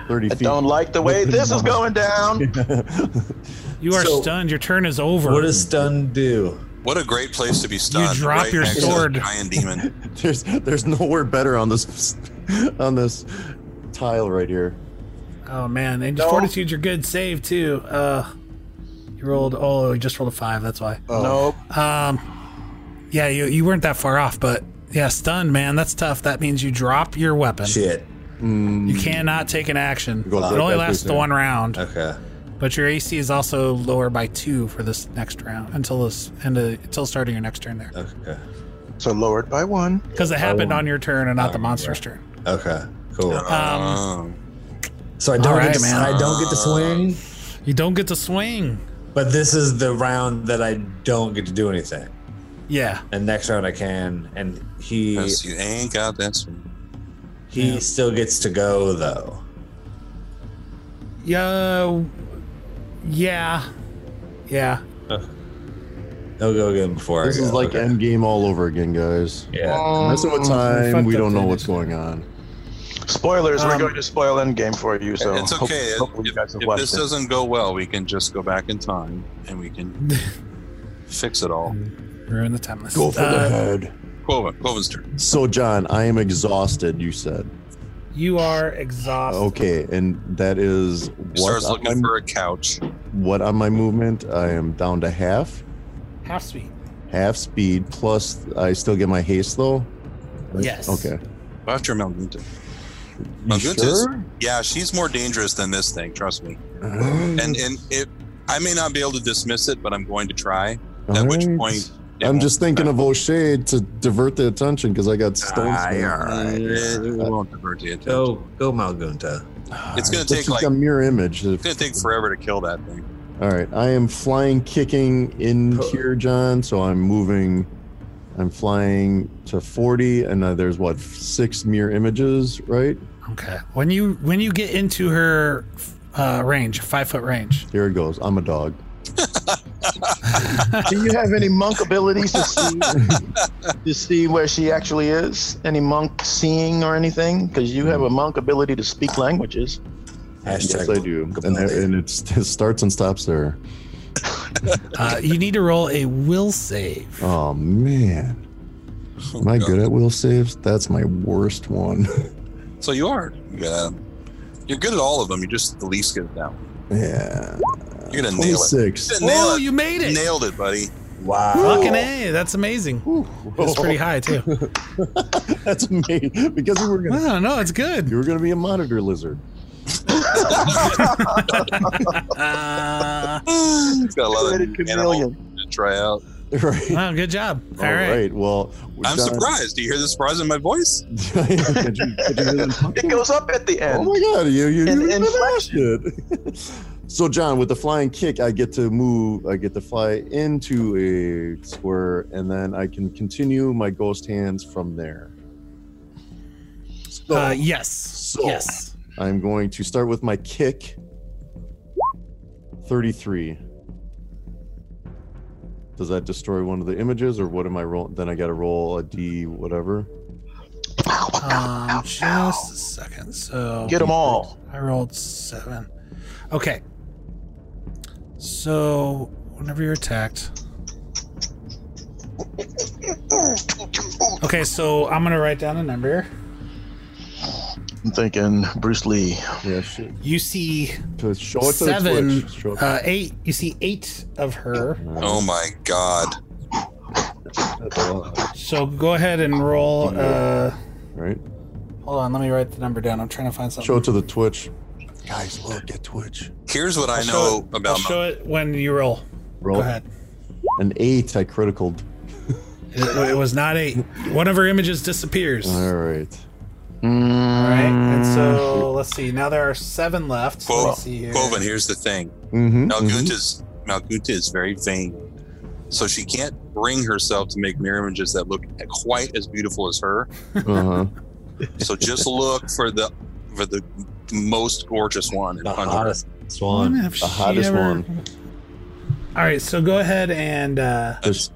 S3: 30
S4: I
S3: feet.
S4: don't like the way this is going down. (laughs)
S2: You are
S1: So-
S2: stunned. Your turn is over.
S1: What does stun do?
S5: What a great place to be stunned.
S2: drop
S5: right
S2: your
S5: next to the
S2: sword. (laughs)
S5: Giant demon.
S3: (laughs) there's, there's nowhere better on this, on this tile right here.
S2: oh, man. And
S4: No.
S2: fortitude's your good save, too. Uh, you rolled, oh, you just rolled a five. That's why.
S4: Nope.
S2: Um, yeah, you, you weren't that far off, but yeah, stunned, man. That's tough. That means you drop your weapon.
S1: Shit.
S2: You cannot take an action. It
S3: Go break
S2: only
S3: that
S2: lasts the
S3: thing.
S2: one round.
S1: Okay.
S2: But your AC is also lower by two for this next round until this and uh, until starting your next turn there,
S1: Okay.
S4: So lowered by one.
S2: because it happened on your turn and not the monster's turn.
S1: Okay. Cool.
S5: Um,
S1: So I don't
S2: Alright,
S1: get to,
S2: man.
S1: I don't get to swing,
S2: You don't get to swing.
S1: but this is the round that I don't get to do anything.
S2: Yeah,
S1: And next round I can, and he
S5: 'cause you ain't got that sword.
S1: he still gets to go though.
S2: yeah, yeah, yeah.
S1: He'll go again before
S3: This
S1: I go.
S3: is like
S1: Okay.
S3: Endgame all over again, guys.
S1: yeah.
S3: Messing with
S2: Oh, fucked
S3: time. We
S2: up
S3: don't know
S2: finish.
S3: what's going on.
S4: Spoilers, we're
S2: Um,
S4: going to spoil Endgame for you, so
S5: it's
S4: hope-
S5: okay.
S4: hopefully you
S5: if
S4: guys have
S5: if
S4: watched
S5: this
S4: it.
S5: doesn't go well, we can just go back in time and
S2: (laughs)
S5: we can fix it all.
S2: Mm. Ruin the timeless.
S3: Go for the
S2: Uh,
S3: head.
S5: Cloven, Cloven's turn.
S3: So, John, I am exhausted. You said
S2: you are exhausted.
S3: okay, and that is what
S5: Starts
S3: on,
S5: looking
S3: my,
S5: for a couch.
S3: what on my movement. I am down to half,
S2: Half speed.
S3: half speed. Plus, I still get my haste though.
S2: Yes.
S3: Okay.
S5: After Malgunta.
S3: You
S5: Malgunta. Yeah, she's more dangerous than this thing. Trust me.
S3: Hmm.
S5: And and it, I may not be able to dismiss it, but I'm going to try. At which
S3: Alright.
S5: point, it
S3: I'm
S5: won't-
S3: just thinking of O'Shea to divert the attention because I got stone.
S1: Ah,
S3: slam.
S1: yeah.
S5: Uh, it won't divert the attention.
S2: Oh.
S1: Go go Malgunta.
S5: It's gonna
S3: That's
S5: take,
S3: just
S5: like-
S3: a mirror image.
S5: It's gonna take forever to kill that
S3: (laughs)
S5: thing.
S3: All right, I am flying, kicking in
S1: Oh.
S3: here, John. So I'm moving. I'm flying to 40, and uh, there's what six mirror images, right?
S2: Okay. When you when you get into her f- uh, range, five foot range.
S3: Here it goes. I'm a dog.
S4: Do you have any monk abilities (laughs)
S5: (laughs)
S4: to see to see where she actually is? Any monk seeing or anything? Because you have a monk ability to speak languages.
S3: yes, I do. And,
S1: ability.
S3: and it's, it starts and stops there.
S2: Uh, you need to roll a will save.
S3: Oh man,
S5: Oh,
S3: am I good at will saves? That's my worst one. (laughs)
S5: So you are. Yeah. You're good at all of them. You're just the least good at that one.
S3: yeah,
S5: You're gonna nail it.
S3: twenty-six.
S5: Nail
S2: Oh,
S5: it.
S2: you made it!
S5: Nailed it, buddy. Ah.
S1: Wow.
S2: Fucking a, that's amazing. It's pretty high too.
S3: (laughs) That's me because you were gonna
S2: No, no, it's
S3: (laughs)
S2: good. (laughs)
S3: you were gonna be a monitor lizard. (laughs)
S2: Uh,
S5: It's got a lot
S4: Red
S5: of animal
S4: chameleon.
S5: to try out.
S3: Right.
S2: wow, good job. All
S3: All
S2: right.
S3: right. Well, we're
S5: I'm
S3: done.
S5: surprised. Do you hear the surprise in my voice?
S3: (laughs) Could you- could you hear them
S4: It
S3: talking?
S4: goes up at the
S3: Oh
S4: end.
S3: my god, you you,
S4: And-
S3: you
S4: and
S3: it. (laughs) so John, with the flying kick, I get to move. I get to fly into a square, and then I can continue my ghost hands from there. So
S2: Uh, yes. Yes.
S3: I'm going to start with my kick. Thirty-three. Does that destroy one of the images, or what am I roll? Then I got to roll a D, whatever.
S2: Um, just a second. So
S4: Get them all.
S2: I rolled seven. Okay. So whenever you're attacked. Okay, so I'm gonna write down a number.
S4: I'm thinking Bruce Lee.
S3: Yeah, shit.
S2: You see
S3: To show it to the
S2: seven,
S3: Twitch. Show it
S2: uh, eight. You see eight of her.
S5: Oh my god.
S3: That's a lot,
S2: So go ahead and roll. Uh,
S3: right?
S2: hold on, let me write the number down. I'm trying to find something.
S3: Show it to the Twitch. Guys, look at Twitch.
S5: Here's what I
S2: I'll
S5: know
S2: show it- I'll
S5: about
S2: show it when you roll.
S3: Roll
S2: Go ahead.
S3: an eight. I criticaled.
S2: It, it was not eight. One of her images disappears.
S3: All right.
S2: All right, and so let's see. Now there are seven left. So
S5: Quo-
S2: let's see here.
S5: Quoven, here's the thing.
S3: Mm-hmm.
S5: Malgunta's Malgunta is very vain. So she can't bring herself to make mirror images that look quite as beautiful as her.
S3: Uh-huh.
S5: So (laughs) just look for the for the most gorgeous one and
S1: The
S5: punch her.
S1: hottest
S2: I
S1: swan.
S2: wonder if she
S3: The hottest
S2: ever-
S3: one.
S2: All right, so go ahead and uh,
S3: Just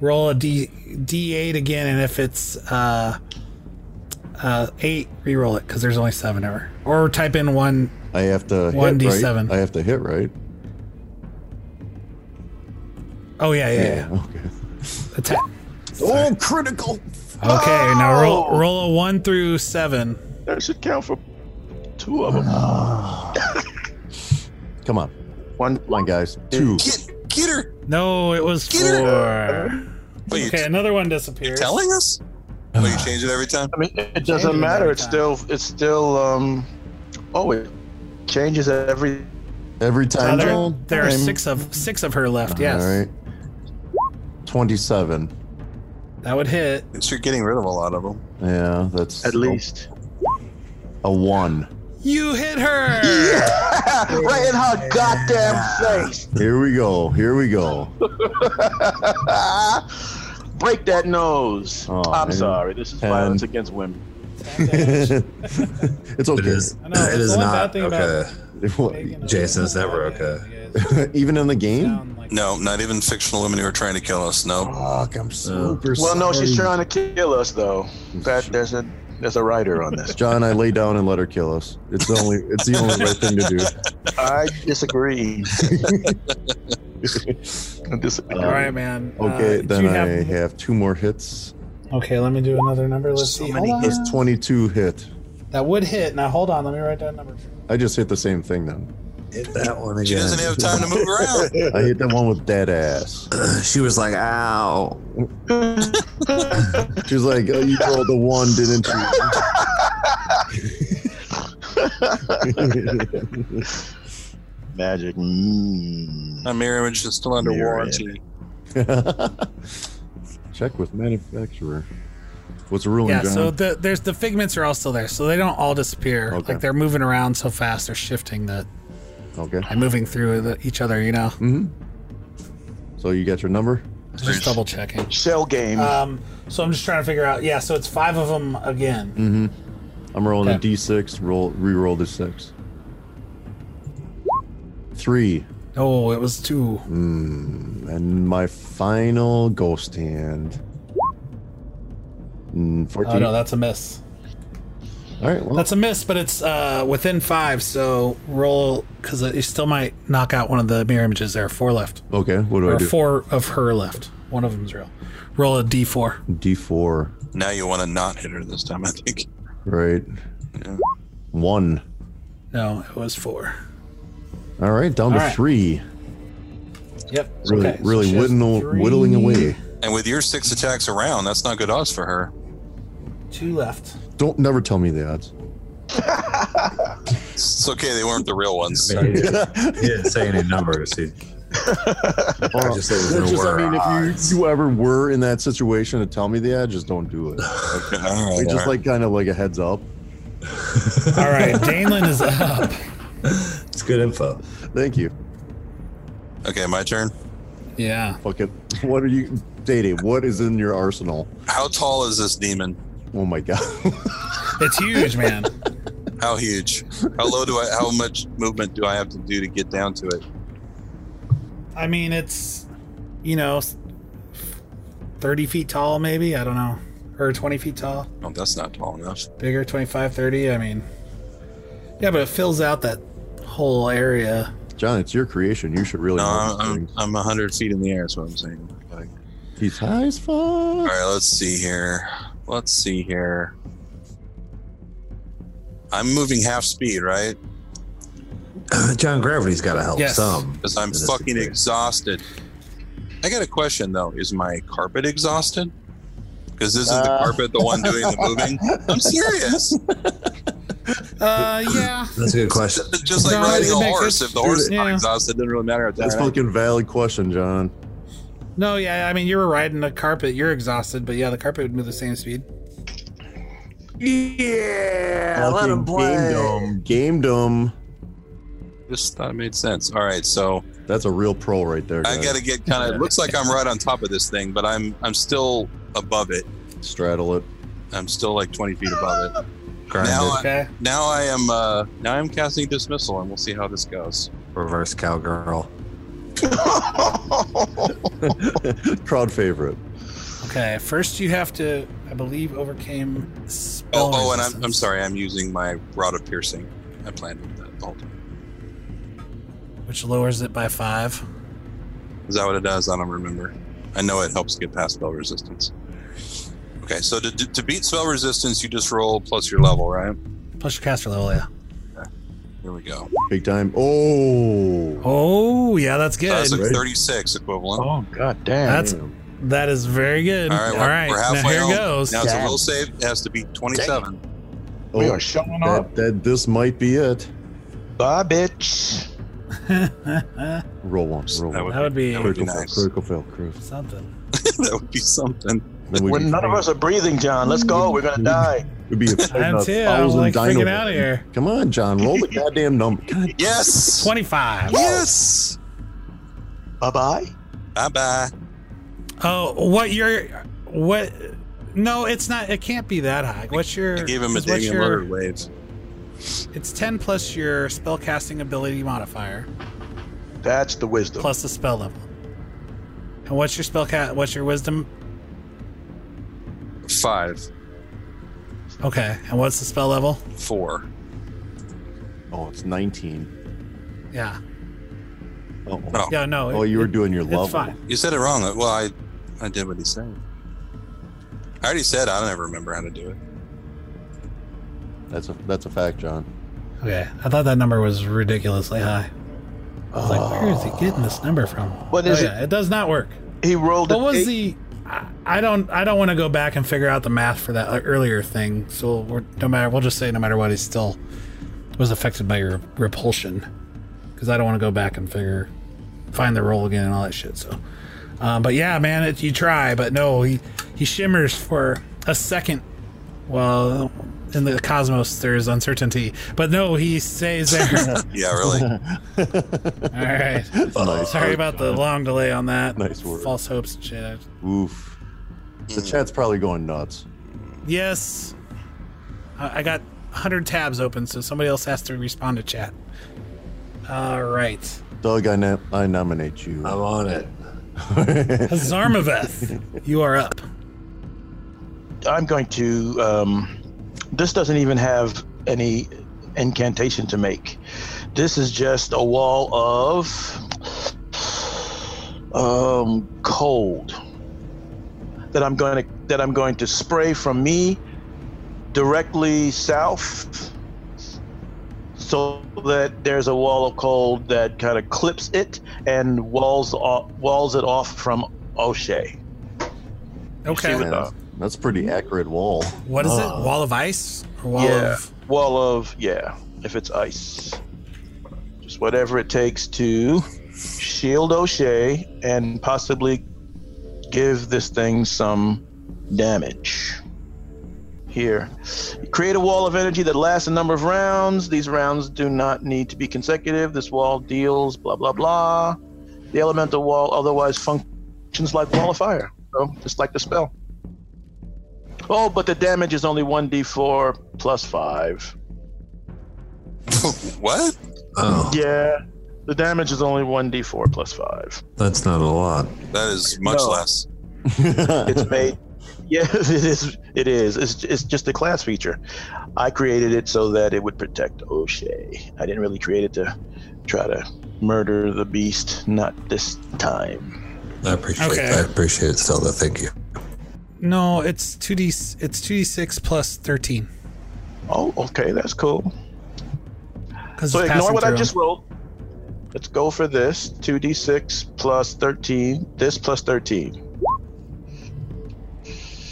S2: roll a d d8 again, and if it's uh, uh, eight, re-roll it because there's only seven of her. Or type in one.
S3: I have to
S2: One
S3: hit,
S2: D7.
S3: right? I have to hit, right?
S2: Oh yeah, yeah, yeah.
S3: Okay.
S2: A ten.
S3: Oh, critical. Oh.
S2: Okay, now roll roll a one through seven.
S4: That should count for two of them.
S3: Come on.
S4: One.
S3: Come on, guys. Two.
S5: Get get her.
S2: No, it was
S5: Get her.
S2: four.
S5: But you
S2: Okay, another one disappears.
S5: telling us? Oh, (sighs) you change it every time?
S4: I mean, it
S2: Changes
S4: doesn't matter.
S2: every
S4: It's
S2: time.
S4: still. It's still. Um. Oh, it changes every.
S3: Every
S2: Uh,
S3: time.
S2: there,
S3: Joel?
S2: there are
S3: Time.
S2: six of six of her left. Yes,
S3: All right. Twenty-seven.
S2: that would hit.
S5: It's you're getting rid of a lot of them.
S3: Yeah, that's
S4: At (laughs) least.
S3: a one.
S2: You hit
S5: (laughs)
S2: her.
S4: right in her goddamn face. (laughs)
S3: Here we go. Here we go. (laughs)
S4: Break that nose.
S3: Oh,
S4: I'm
S3: man.
S4: sorry. This is
S3: And-
S4: violence against women.
S2: (laughs)
S3: it's okay.
S1: It is.
S2: I know, that's
S1: It is
S2: the one bad
S1: not
S2: thing
S1: okay. Jason, it's never
S3: (laughs) Even in the game.
S5: (laughs) No, not even fictional women who are trying to kill us. No.
S3: Fuck!
S1: Uh,
S3: I'm super.
S4: Well, no, she's
S3: sorry.
S4: trying to kill us though. That there's a there's a writer on this.
S3: John, I lay down and let her kill us. It's the only it's the
S2: (laughs)
S3: only right thing to
S2: Uh,
S3: do.
S4: I (laughs) disagree. I disagree.
S2: All right, man. Uh,
S3: Okay,
S2: do
S3: then
S2: you
S3: I
S2: have-
S3: have... two more hits.
S2: Okay, let me do another number. Let's
S5: So
S2: see.
S5: many
S2: Hold
S3: It's
S2: on.
S3: twenty two hit.
S2: That would hit. Now hold on. Let me write down numbers.
S3: I just hit the same thing then.
S1: Hit that one
S5: She
S1: again.
S5: doesn't have time to move (laughs) around.
S3: I hit that one with dead ass.
S1: (laughs) She was like, "Ow."
S3: She's like, oh, you rolled a one, didn't
S2: (laughs)
S3: you? (laughs)
S4: Magic. Mm.
S5: My mirror image is still under
S4: Mirror
S5: warranty.
S3: Check with manufacturer. What's ruined,
S2: Yeah.
S3: John?
S2: So the there's the figments are all still there, so they don't all disappear.
S3: Okay.
S2: Like they're moving around so fast, they're shifting the
S3: okay.
S2: and moving through the, each other. You know,
S3: hmm So you got your number?
S2: just double checking.
S4: Shell game.
S2: Um. So I'm just trying to figure out. Yeah. So it's five of them again.
S3: Mm-hmm. I'm rolling a
S2: Okay.
S3: D6. Roll, re-roll the six. Three.
S2: Oh, it was two.
S3: Mm, and my final ghost hand. Mm, 14.
S2: Oh no, that's a miss.
S3: All right, well,
S2: That's a miss, but it's uh, within five. So roll because it still might knock out one of the mirror images. There are four left,
S3: okay. What do I
S2: or
S3: do?
S2: four of her left. One of them's real. Roll a d4.
S3: D4.
S5: Now you want to not hit her this time, I think.
S3: Right.
S5: Yeah.
S3: One.
S2: No, it was four.
S3: All right, down to
S2: All right.
S3: three.
S2: Yep.
S3: Really,
S2: Okay, so
S3: really
S2: she has
S3: whittling,
S2: three-
S3: whittling away.
S5: And with your six attacks around, that's not good odds for her.
S2: Two left.
S3: Don't never tell me the odds.
S5: It's okay, they weren't the real
S3: (laughs)
S5: ones.
S1: He didn't, he didn't say any numbers. He, I just said there
S3: That's just,
S1: were
S3: I mean, if
S1: odds.
S3: you, you ever were in that situation to tell me the odds, just don't
S5: (laughs)
S3: do it.
S5: Okay,
S3: We
S5: all right, all
S3: just
S5: right.
S3: like kind of like a heads up.
S2: All right, Danelin is up. (laughs)
S1: It's good info. (clears throat)
S3: Thank you.
S5: okay, my turn.
S2: Yeah.
S3: Fuck it. What are you, Day What is in your arsenal?
S5: How tall is this demon?
S3: Oh my god. (laughs)
S2: It's huge, man.
S5: How huge? How low do I? How much movement do I have to do to get down to it?
S2: I mean, it's, you know, s- 30 feet tall, maybe. I don't know. Or 20 feet tall.
S5: Oh, that's not tall enough.
S2: Bigger, 25, 30. I mean, yeah, but it fills out that whole area.
S3: John, it's your creation. You should really.
S5: No,
S3: know these
S5: I'm
S3: things.
S5: I'm a hundred feet in the air. Is what I'm saying. Like,
S3: He's high as fuck.
S5: all right, let's see here. Let's see here. I'm moving half speed, right?
S1: John Gravity's got to help
S2: Yes.
S1: some.
S5: Because I'm
S1: in this
S5: fucking
S1: situation.
S5: exhausted. I got a question though. Is my carpet exhausted? Because isn't the
S3: Uh.
S5: carpet the one doing the
S3: (laughs)
S5: moving? I'm serious. (coughs)
S2: Uh, yeah.
S1: That's a good question.
S5: Just like
S2: No,
S5: riding
S2: it
S5: a
S2: makes
S5: horse.
S2: sense.
S5: If the horse is not
S2: Yeah.
S5: exhausted, it doesn't really matter. At that
S3: That's a
S5: point.
S3: fucking valid question, John.
S2: No, yeah. I mean, you were riding a carpet. You're exhausted, but yeah, the carpet would move the same speed.
S3: Yeah, let him play. Gamedom. Gamedom.
S5: This thought made sense. All right, so
S3: That's a real pro right there.
S5: I
S3: guys.
S5: gotta get kind of. It looks like I'm right on top of this thing, but I'm I'm still above it.
S3: straddle it.
S5: I'm still like 20 feet above it.
S1: Grind
S5: Now
S1: it.
S5: I-
S2: Okay.
S5: Now I am uh now I'm casting dismissal, and we'll see how this goes.
S1: Reverse cowgirl.
S3: Crowd favorite.
S2: Okay. First, you have to, I believe, overcame
S5: Oh,
S2: spell.
S5: oh and I'm, I'm
S2: resistance,
S5: sorry, I'm using my rod of piercing. I planned on that the whole time.
S2: Which lowers it by five.
S5: Is that what it does? I don't remember. I know it helps get past spell resistance. Okay, so to, to beat spell resistance, you just roll plus your level, right?
S2: Plus your caster level, yeah.
S5: Here we go. Uh,
S3: Big time. Oh.
S2: Oh, yeah, that's good.
S5: That's a
S3: Right.
S5: 36 equivalent.
S6: Oh god damn.
S2: That's- That is very good.
S5: All
S2: All
S5: right, we're-
S2: right,
S5: we're halfway
S2: now
S5: home.
S2: here goes.
S5: Now it's a will save. It has to be 27.
S6: we
S3: Oh,
S6: are showing up.
S3: that, that this might be it.
S4: Bye, bitch.
S3: (laughs) Roll one. Roll
S5: That
S3: one.
S2: (laughs) That would be
S5: that would be
S3: Critical fail.
S5: nice.
S3: Critical fail. Critical.
S2: something.
S5: (laughs) that would be something.
S3: Then we'd
S4: When
S3: be,
S4: none of us are breathing, John, let's go. We're gonna die.
S6: Mm-hmm.
S3: we'd be a,
S2: I'm
S3: a
S2: too. I'm
S3: thousand
S2: like
S3: dino
S2: freaking out of here.
S3: Come on, John. Roll the goddamn number. God,
S5: Yes.
S2: Twenty-five.
S5: Yes.
S4: Bye bye.
S5: Bye bye.
S2: Oh, what your what? No, it's not. It can't be that high. What's your?
S5: I gave him a
S2: what's
S5: Damien
S2: your-
S5: Lillard wave.
S2: It's ten plus your spellcasting ability modifier
S4: That's the wisdom.
S2: plus the spell level. And what's your spell ca- What's your wisdom?
S5: Five,
S2: Okay. And what's the spell level?
S5: four.
S3: oh, it's 19.
S2: Yeah.
S3: Oh,
S5: Oh.
S2: Yeah. No.
S3: oh you were doing your
S2: It's
S3: level.
S2: fine.
S5: You said it wrong. Well, I, I did what he said. I already said I don't ever remember how to do it.
S3: That's a that's a fact, John.
S2: Okay. I thought that number was ridiculously high. I was like, where is he getting this number from?
S4: What is
S2: Oh,
S4: it?
S2: yeah, It does not work.
S4: He rolled.
S2: What
S4: an
S2: was
S4: eight.
S2: the? I- I don't. I don't want to go back and figure out the math for that uh, earlier thing. So we're no matter. We'll just say no matter what, he still was affected by your repulsion, because I don't want to go back and figure find the roll again and all that shit. So, um, but yeah, man, it, you try, but no, he he shimmers for a second. Well, in the cosmos, there's uncertainty, but no, he
S3: (laughs)
S2: stays there.
S5: Yeah, really.
S2: all right.
S3: Nice.
S2: Sorry about the long delay on that.
S3: Nice work.
S2: False hopes and shit.
S3: Oof. The chat's probably going nuts.
S2: Yes. I I got 100 tabs open, so somebody else has to respond to chat. All right.
S3: Doug, I, nom- I nominate you. (laughs)
S1: I'm on it.
S4: (laughs)
S2: Hazarmaveth, you are up.
S4: I'm going to. Um, this doesn't even have any incantation to make. This is just a wall of um, cold that I'm going to that I'm going to spray from me directly south, so that there's a wall of cold that kind of clips it and walls off, walls it off from O'Shea.
S2: Okay.
S3: Man, that's, that's pretty accurate wall.
S2: What is it? Wall of ice? Or wall
S4: yeah,
S2: of
S4: wall of yeah. If it's ice, just whatever it takes to shield O'Shea and possibly give this thing some damage. Here, create a wall of energy that lasts a number of rounds. These rounds do not need to be consecutive. This wall deals blah blah blah. The elemental wall otherwise functions like wall of fire, so just like the spell. Oh, but the damage is only 1d4 plus 5.
S5: what?
S1: Oh,
S4: Yeah, the damage is only 1d4 plus 5.
S1: that's not a lot.
S5: That is much
S4: No.
S5: less.
S4: It's made. yeah, it is. It is. It's, it's just a class feature. I created it so that it would protect O'Shea. I didn't really create it to try to murder the beast. Not this time.
S1: I appreciate.
S2: Okay.
S1: I appreciate it still. Though, thank you.
S2: No, it's two D it's two D six plus thirteen.
S4: Oh, okay, that's cool.
S2: Because
S4: So
S2: it's
S4: ignore
S2: passing
S4: what I
S2: through
S4: just
S2: him.
S4: rolled. Let's go for this. 2d6 plus 13. This plus 13.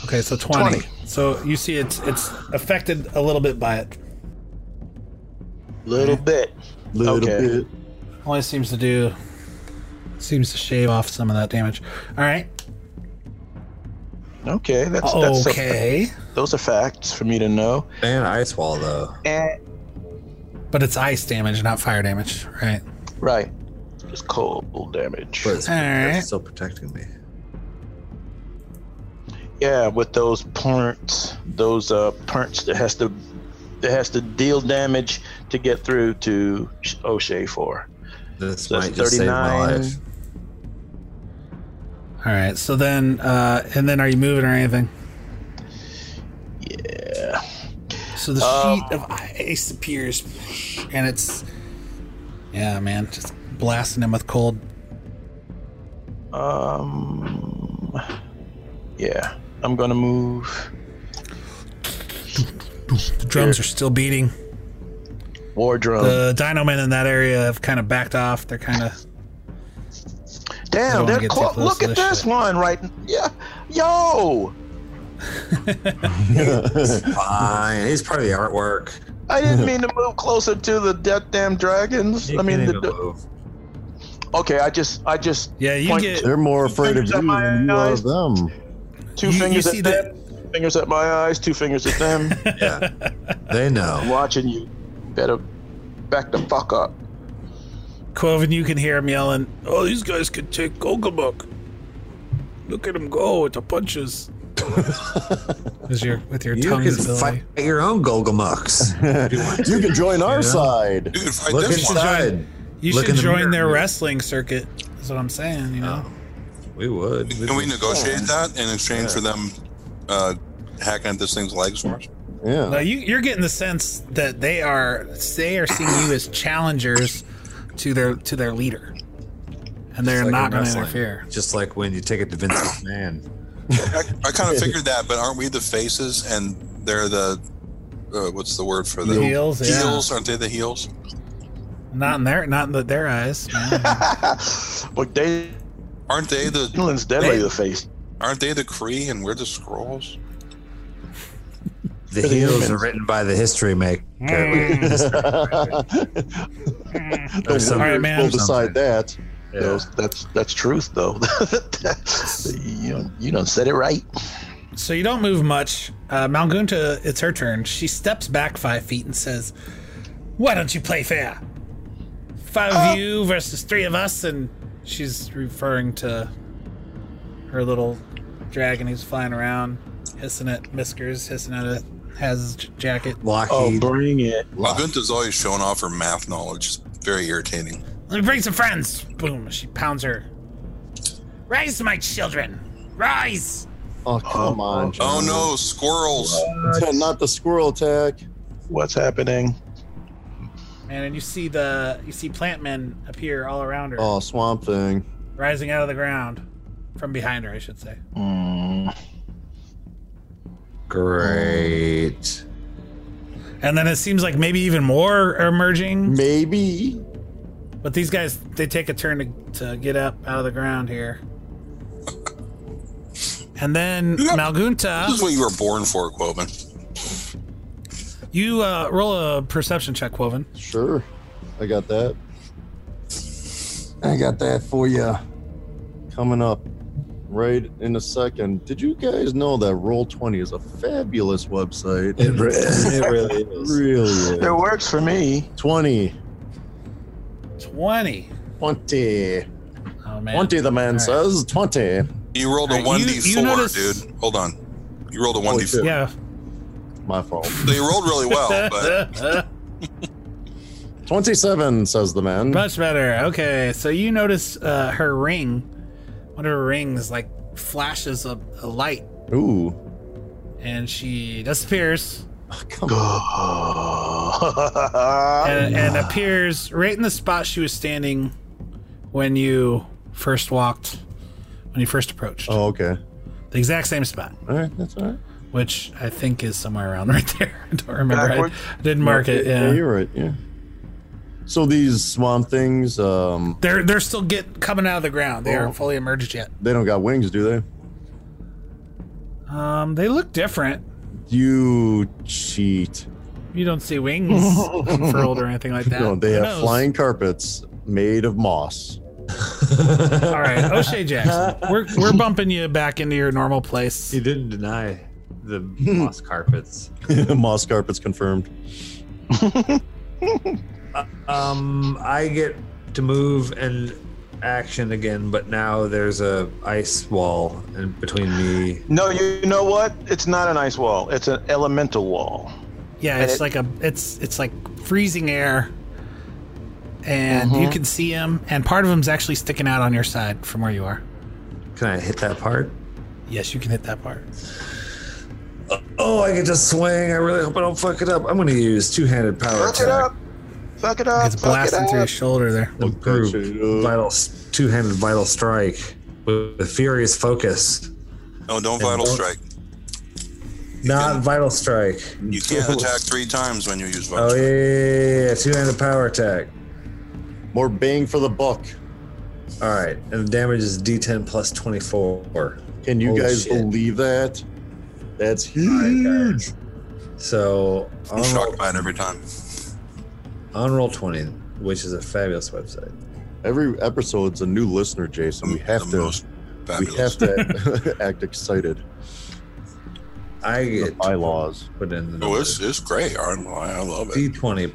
S2: Okay, so 20. So you see it's it's affected a little bit by it. Hmm.
S4: Little bit.
S3: Little
S4: Okay.
S3: bit.
S2: Only seems to do seems to shave off some of that damage. Alright.
S4: Okay, that's that's
S2: Okay.
S4: Those are facts for me to know.
S1: And ice wall though.
S2: But it's ice damage, not fire damage. Right.
S4: Right. Just cold damage.
S1: But it's,
S2: All right.
S1: it's still protecting me.
S4: Yeah, with those parts, those uh parts that has to that has to deal damage to get through to Sh- O'Shea four.
S1: This
S4: So that's
S1: might just save my
S4: 39.
S1: life.
S2: Alright, so then uh and then are you moving or anything?
S4: Yeah.
S2: So the
S4: Um,
S2: sheet of ice appears, and it's yeah, man, just blasting him with cold.
S4: Um. Yeah, I'm gonna move.
S2: The drums are still beating.
S4: War drum.
S2: The dino men in that area have kind of backed off. They're kind of I
S4: Damn,
S2: don't wanna
S4: they're
S2: get too
S4: caught.
S2: close
S4: Look
S2: to
S4: at
S2: this
S4: this
S2: shit.
S4: one right. Yeah, yo.
S1: Fine. He's part of the artwork.
S2: (laughs)
S4: I didn't mean to move closer to the death damn dragons. I mean, the, okay, I just, I just
S2: yeah. You
S4: Point
S2: get
S3: They're more afraid of
S4: Fingers
S3: you
S4: at my
S3: than you are
S4: eyes.
S3: of them.
S4: two
S2: You- you
S4: fingers
S2: see
S4: at them, fingers at my eyes, two fingers
S2: (laughs)
S4: at them.
S1: Yeah. they
S4: I'm
S1: know.
S4: watching you. Better back the fuck up. (laughs)
S2: Quoven. You can hear him yelling. Oh, these guys could take Gogolmuk. Look at him go with
S1: (laughs)
S2: the punches. with your with your
S1: You can
S2: tongue's ability.
S1: fight your own (laughs) Golgamucks.
S3: you can join our side.
S5: You can fight
S1: Look
S5: this one.
S1: inside.
S2: You
S1: Look
S2: should
S1: in the
S2: join
S1: mirror,
S2: their
S1: man. Oh,
S2: wrestling circuit. Is what I'm saying. You know.
S1: We would.
S5: Can we negotiate that in exchange for them uh, hacking at this thing's legs for us?
S2: Now
S3: Yeah.
S2: you, you're getting the sense that they are they are seeing you as challengers to their to their leader, and they're
S1: Just like
S2: not
S1: in
S2: going to
S1: wrestling.
S2: interfere.
S1: Just like when you take it to Vince McMahon. (coughs)
S5: I,
S2: (laughs)
S5: I kind of figured that, but aren't we the faces and they're the uh, what's the word for the
S2: Heels, yeah.
S5: Heels, aren't they the heels?
S2: Not in their not in the, their eyes.
S4: But they
S5: Aren't they the
S4: Dylan's deadly the face.
S5: aren't they the Cree and we're the Scrolls?
S1: The heels are written by the history maker.
S2: Mm.
S3: Those
S2: All right, man.
S3: will decide that.
S4: Those, that's that's truth though. (laughs) you you done said it right.
S2: so you don't move much. Uh, Malgunta, it's her turn. She steps back five feet and says, "Why don't you play fair? Five of you versus three of us." And she's referring to her little dragon who's flying around, hissing at Miskers, hissing at it. Has his j- jacket.
S1: Lockheed.
S4: Oh, bring it.
S5: Agunta's always showing off her math knowledge. It's very irritating.
S2: Let me bring some friends. Boom. She pounds her. Rise, my children. Rise.
S3: Oh, come on.
S5: Oh
S3: John.
S5: no, squirrels!
S3: Not the squirrel attack.
S4: What's happening?
S2: And you see the you see plant men appear all around her,
S3: Oh, swamp thing.
S2: rising out of the ground from behind her, I should say.
S1: Great.
S2: And then it seems like maybe even more are emerging.
S3: Maybe.
S2: But these guys, they take a turn to, to get up out of the ground here. And then
S5: Yeah. This is
S2: Malgunta,
S5: what you were born for, Quoven.
S2: you uh, roll a perception check, Woven.
S3: Sure. I got that. I got that for you. Coming up right in a second. Did you guys know that Roll20 is a fabulous website?
S1: It,
S3: (laughs)
S1: re- it really is.
S3: really is.
S4: It works for me.
S3: 20.
S2: 20.
S3: 20.
S2: Oh, man.
S3: 20, the man
S2: All right.
S3: says. 20.
S5: You rolled a
S2: Alright,
S5: one
S2: you-
S5: d
S2: you
S5: four,
S2: notice- Oh,
S5: dude. Hold on. You rolled a one d four.
S2: Yeah.
S3: My fault.
S5: So you rolled
S2: (laughs)
S5: really well, but
S3: 27, says the man.
S2: Much better. Okay, so you notice uh, her ring. One of her rings like flashes a, a light,
S3: Ooh.
S2: and she disappears
S3: Oh, Come on.
S4: Go.
S2: and, and appears right in the spot she was standing when you first walked, when you first approached.
S3: Oh, okay.
S2: The exact same spot,
S3: All right. That's all right.
S2: which I think is somewhere around (laughs) right there. I don't remember. I,
S4: Backward?
S2: I didn't mark it.
S3: Yeah,
S2: Yeah.
S3: you're right. Yeah. So these swamp things, um,
S2: They're they're still get coming out of the ground. They
S3: Oh.
S2: aren't fully emerged yet.
S3: they don't got wings, do they?
S2: Um, they look different.
S3: You cheat.
S2: You don't
S3: (laughs)
S2: see wings furled or anything like that.
S3: no, they
S2: Who
S3: have
S2: knows?
S3: flying carpets made of moss. (laughs)
S2: All right, O'Shea Jackson, we're
S3: (laughs)
S2: we're bumping you back into your normal place.
S1: You didn't deny
S5: (laughs)
S1: the moss carpets.
S3: moss carpets confirmed.
S1: Um, I get to move and action again, but now there's a ice wall in between me.
S4: No, you know what? It's not an ice wall. It's an elemental wall.
S2: Yeah,
S4: And
S2: it's
S4: it-
S2: like a it's it's like freezing air, and
S4: Mm-hmm.
S2: you can see him, and part of him's actually sticking out on your side from where you are.
S1: Can I hit that part?
S2: Yes, you can hit that part.
S1: Oh, I can just swing. I really hope I don't fuck it up. I'm going to use two-handed power
S4: Fuck it
S1: attack.
S4: up. Fuck it up.
S2: Oh, It's
S4: Fuck it
S2: blasting through
S4: up.
S2: his shoulder there.
S1: Improve
S3: Fuck that shit up.
S1: vital s- two-handed vital strike with with furious focus.
S5: no, don't
S1: Yeah,
S5: vital
S1: don't-
S5: strike.
S1: Not vital strike.
S3: (laughs)
S5: You can't attack three times when you use vital.
S1: Oh
S5: strike.
S1: yeah, yeah, yeah, yeah. two-handed power attack.
S3: More bang for the buck.
S1: All right, and the damage is D10 plus 24.
S3: Can you
S1: Holy
S3: guys
S1: Oh, shit.
S3: believe that? That's huge.
S1: So
S5: I'm
S1: on roll,
S5: shocked by it every time.
S1: on roll 20, which is a fabulous website.
S3: Every episode's a new listener, Jason. We have
S5: the
S3: to.
S5: most
S3: We
S5: fabulous.
S3: have to (laughs) act excited.
S1: I
S3: The
S1: get to
S3: bylaws.
S1: put in the
S5: Oh,
S1: number.
S5: it's, it's great. I, don't know. I love it.
S1: D20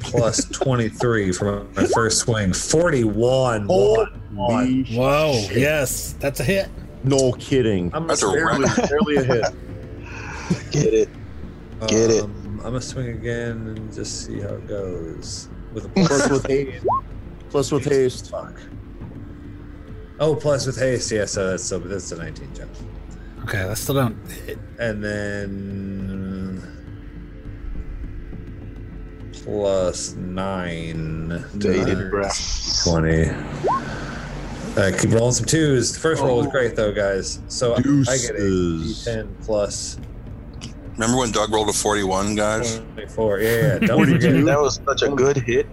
S3: (laughs)
S1: plus 23 from my first swing. 41. one.
S3: Holy
S2: Whoa!
S3: shit.
S2: Yes, that's a hit.
S3: No kidding.
S1: I'm
S5: That's a
S1: (laughs) barely-
S5: record.
S3: Barely a hit.
S4: Get it. Get it.
S1: Um, I'm gonna swing again and just see how it goes.
S5: (laughs)
S1: With a
S3: Plus
S1: plus
S3: with haste. Plus with haste.
S1: fuck. Oh, plus with haste, yeah. So that's so that's a 19 jump.
S2: Okay, that still
S4: (laughs)
S2: don't.
S1: and then plus nine
S4: Dated
S1: nine,
S4: breath.
S1: twenty. I keep rolling some twos. The first roll was great though, guys. So I- I get
S3: Deuces.
S1: a ten plus
S5: Remember when Doug rolled a 41, guys?
S1: twenty-four. Yeah, yeah. Don't forget.
S4: That was such a good hit.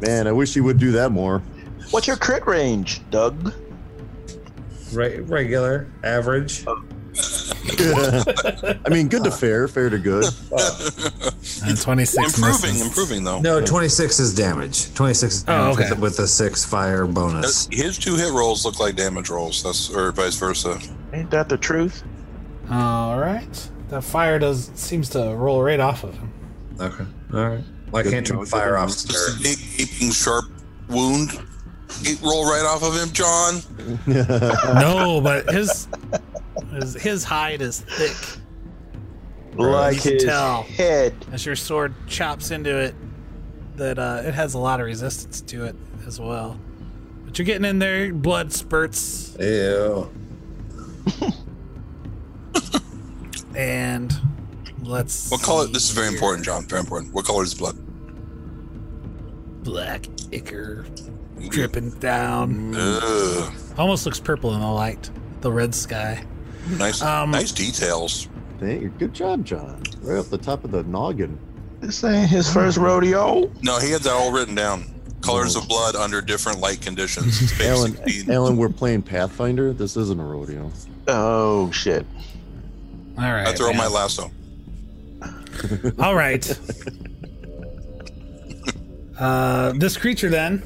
S3: Man, I wish you would do that more. (laughs)
S4: What's your crit range, Doug?
S1: Re- regular, average.
S3: I mean, good to fair, fair to good.
S5: (laughs)
S2: And Twenty six.
S5: Improving, improving though.
S1: No, twenty-six is damage. Twenty-six is
S2: Oh,
S1: damage
S2: okay.
S1: with, the, with the six fire bonus.
S5: That's- His two hit rolls look like damage rolls. That's or vice versa.
S4: Ain't that the truth?
S2: All right. That fire does seems to roll right off of him.
S1: Okay. All right. Well, I can't turn fire off.
S5: Just a big gaping sharp wound. It roll right off of him, John.
S4: Uh.
S2: No, but his his, his hide is thick.
S4: Like
S2: You can
S4: his
S2: tell.
S4: head.
S2: As your sword chops into it, that uh, it has a lot of resistance to it as well. But you're getting in there, blood spurts,
S1: Ew.
S2: and let's.
S5: What color?
S2: see
S5: This is very
S2: here.
S5: important, John. Very important. What color is blood?
S2: Black ichor dripping down.
S5: Ugh.
S2: Almost looks purple in the light. The red sky.
S5: Nice,
S2: Um,
S5: nice details.
S3: Thank you. Good job, John. Right off the top of the noggin.
S4: This ain't his first rodeo.
S5: No, he had that all written down. Colors of blood under different light conditions. It's
S3: Alan,
S5: basically-
S3: Alan, we're playing Pathfinder. This isn't a rodeo.
S4: Oh shit.
S2: All right.
S5: I throw
S2: man.
S5: my lasso.
S2: All right. uh, this creature then.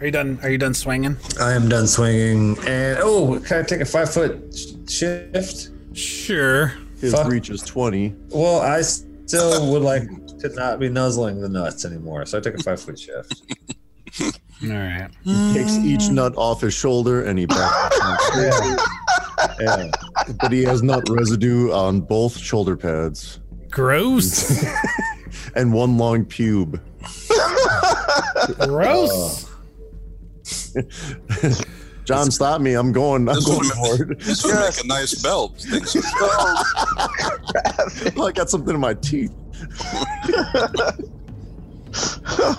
S2: Are you done? Are you done swinging?
S1: I am done swinging. And oh, can I take a five foot sh- shift?
S2: Sure.
S3: His
S1: Fuck.
S3: reach is 20.
S1: Well, I (laughs) still would like to not be nuzzling the nuts anymore. So I took a five foot shift.
S2: All right.
S3: He takes each nut off his shoulder and he backs
S1: Yeah. yeah.
S3: But he has nut residue on both shoulder pads
S2: Gross.
S3: and one long pube.
S2: Gross.
S3: John, stop me. I'm going. I'm
S5: This would,
S3: going
S5: make,
S3: for it.
S1: (laughs)
S5: this would make a nice belt. Things-
S3: I got something in my teeth.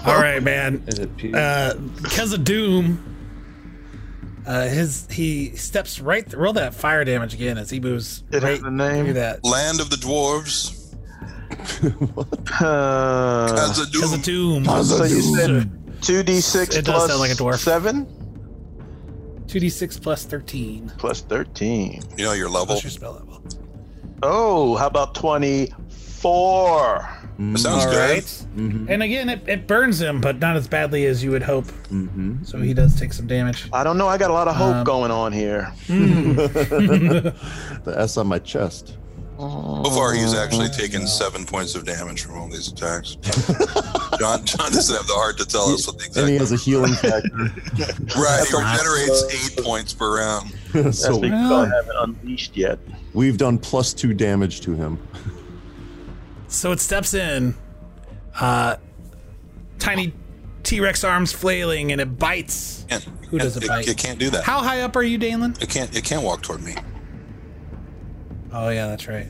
S2: All right, man.
S1: Is it pee?
S2: Uh, because of Doom, uh, his he steps right. Th- roll that fire damage again as he moves
S4: It
S2: right
S4: has a
S2: through
S4: name.
S2: that.
S5: Land of the dwarves.
S4: Uh,
S5: As a
S2: Because
S5: doom.
S2: of Doom.
S4: so you said
S2: Two
S4: two d six
S2: It does
S4: plus
S2: sound like a dwarf.
S4: seven
S2: d six plus thirteen.
S4: plus thirteen.
S5: You know your level.
S2: What's your spell level?
S4: Oh, how about twenty four?
S5: That sounds
S2: All
S5: good.
S2: right. And again, it, it burns him, but not as badly as you would hope. So he does take some damage.
S4: I don't know. I got a lot of hope
S2: Um,
S4: going on here.
S3: The S on my chest.
S5: So far, he's actually taken seven points of damage from all these attacks. John, John doesn't have the heart to tell us what the
S3: And
S5: exact
S3: he has a healing factor.
S1: (laughs)
S5: Right, he regenerates eight points per round.
S4: That's
S3: so
S4: because
S2: Well.
S4: I haven't unleashed yet.
S3: we've done plus two damage to him.
S2: So it steps in, uh, tiny T Rex arms flailing, and it bites.
S5: Can't-
S2: Who does it bite?
S5: It can't do that.
S2: How high up are you, Dalen?
S5: It can't. It can't walk toward me.
S2: Oh yeah, that's right.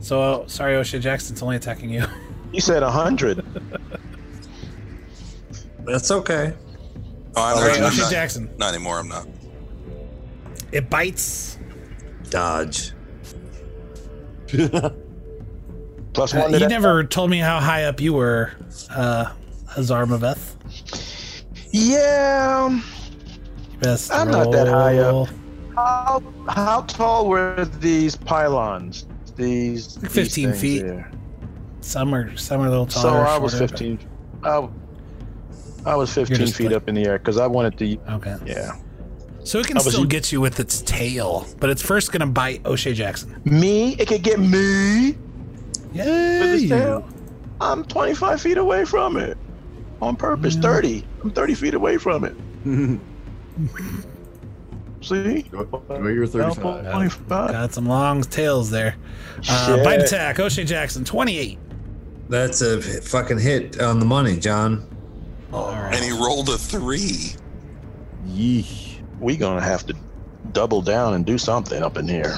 S2: So uh, sorry, O'Shea Jackson's only attacking
S4: (laughs)
S2: you.
S4: You said hundred.
S1: (laughs) That's okay.
S5: Oh, I'm,
S2: All right,
S5: not, I'm
S2: O'Shea
S5: not,
S2: Jackson.
S5: not anymore. I'm not.
S2: It bites.
S1: Dodge.
S4: Plus
S2: Uh,
S4: one. to
S2: you
S4: that.
S2: never told me how high up you were, uh, Hazar Maveth.
S4: Yeah. um,
S2: Best
S4: I'm not that high up.
S2: roll.
S4: How how tall were these pylons? These these
S2: 15
S4: things
S2: feet.
S4: here?
S2: Some are some are a little taller.
S4: So I was
S2: shorter, but-
S4: fifteen. I, I was fifteen
S2: just
S4: feet
S2: like-
S4: up in the air because I wanted to.
S2: Okay.
S4: Yeah.
S2: So it can
S4: How about
S2: still
S4: you?
S2: get you with its tail, but it's first gonna bite O'Shea Jackson.
S4: Me? It could get me with
S2: Yeah.
S4: its
S2: you.
S4: tail. I'm 25 feet away from it on purpose. 30. I'm 30 feet away from (laughs) it. See?
S3: Go- go your 35.
S4: Elbow 25.
S2: Got some long tails there. Uh,
S4: Shit.
S2: bite attack, O'Shea Jackson, twenty-eight.
S1: That's a fucking hit on the money, John.
S2: All right.
S5: And he rolled a three.
S3: Yeesh.
S4: We gonna have to double down and do something up in here.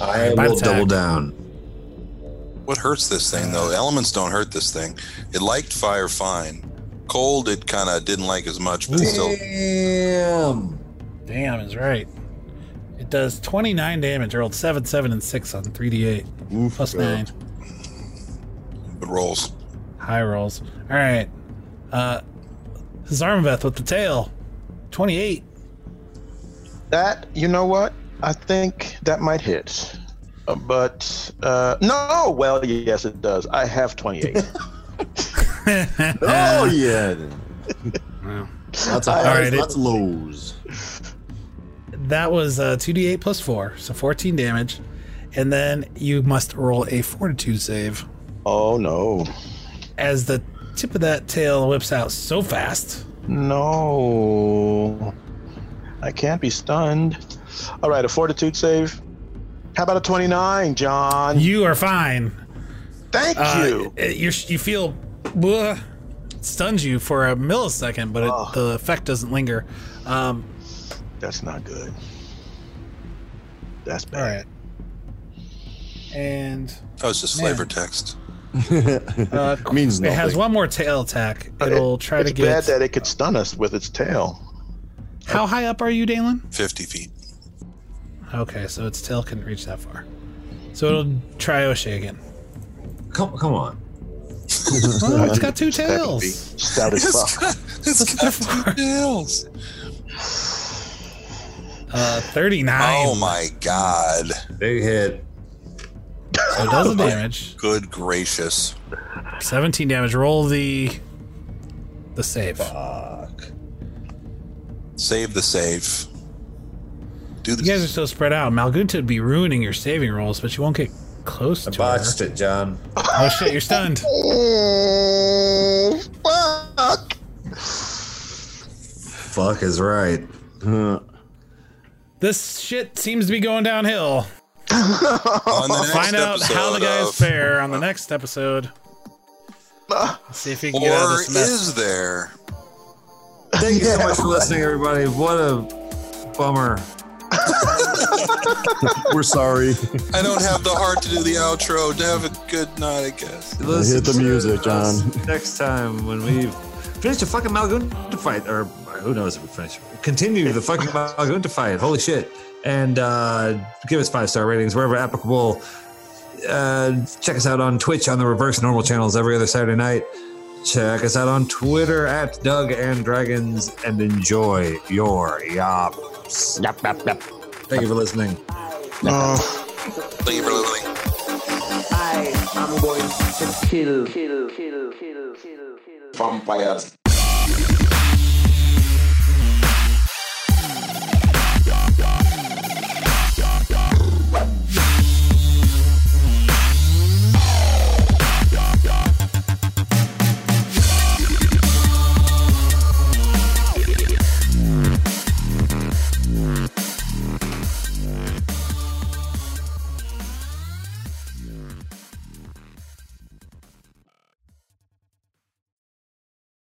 S1: I
S2: Bite
S1: will
S2: attack.
S1: double down.
S5: What hurts this thing though? Elements don't hurt this thing. It liked fire fine. Cold, it kind of didn't like as much, but it still.
S1: Damn.
S2: Damn is right. It does twenty-nine damage. I Rolled seven, seven, and six on three d eight
S3: Oof,
S2: plus
S3: bro.
S2: nine.
S5: It rolls.
S2: High rolls. All right. Uh, Zarmaveth with the tail, twenty-eight. (laughs)
S4: That you know what? I think that might hit. Uh, But uh, no, well, yes, it does. I have (laughs) 28.
S2: Uh,
S3: Oh, yeah. Lots of
S2: All
S3: highs,
S2: right, it-
S3: lots of lows.
S2: That was uh, 2d8 plus 4, so 14 damage. And then you must roll a fortitude save
S4: oh no,
S2: as the tip of that tail whips out so fast.
S4: no! I can't be stunned. All right, a fortitude save. How about a 29, John?
S2: You are fine.
S4: Thank
S2: Uh,
S4: you.
S2: uh, you're, you feel. Blah, stuns you for a millisecond, but it,
S4: Oh.
S2: the effect doesn't linger. Um,
S4: That's not good. That's
S2: all right.
S4: bad.
S2: And
S5: That was just
S2: Man.
S5: flavor text.
S2: uh,
S3: Means
S2: it has
S3: nothing.
S2: one more tail attack.
S4: But
S2: It'll try
S4: it's
S2: to get.
S4: bad that it could stun us with its tail.
S2: How high up are you, Dalen?
S5: 50 feet. (laughs)
S2: Okay, so its tail couldn't reach that far. So it'll try O'Shea
S4: (laughs)
S2: again.
S1: Come, come on.
S2: Oh, it's got two
S4: That could be
S2: tails.
S5: (laughs)
S4: Stout as fuck.
S5: It's got two nails.
S2: Uh, 39.
S5: Oh my god.
S1: Big hit.
S2: So it does the damage.
S5: Good gracious.
S2: 17 damage. Roll the the save.
S5: Save the save. Do the
S2: You guys are so spread out. Malgunta would be ruining your saving rolls, but you won't get close to
S1: I botched
S2: her.
S1: it, (laughs) John.
S2: Oh shit, you're stunned.
S4: Oh, fuck.
S1: Fuck is right.
S2: This shit seems to be going downhill.
S5: on the next
S2: Find out how the
S5: episode
S2: guys
S5: of-
S2: fare
S5: (laughs)
S2: on the next episode. See if you can get out of
S5: Or
S2: this mess.
S5: is there?
S1: Thank you so (laughs) much for listening, everybody. What a bummer.
S3: We're sorry.
S5: I don't have the heart to do the outro. Have a good night, I guess.
S3: Hit the
S1: to
S3: music,
S1: us
S3: John.
S1: uh, Next time when we finish the fucking Malgunta fight, or uh, who knows if we finish, continue the fucking Malgunta fight. Holy shit! And uh, give us five star ratings wherever applicable. Uh, check us out on Twitch on the Reverse Normal channels every other Saturday night. Check us out on Twitter at Doug and Dragons and enjoy your yops. Yep, yep, yep. Thank you for listening.
S5: Thank you for listening.
S9: I am going to kill, kill, kill, kill, kill, kill, kill. vampires.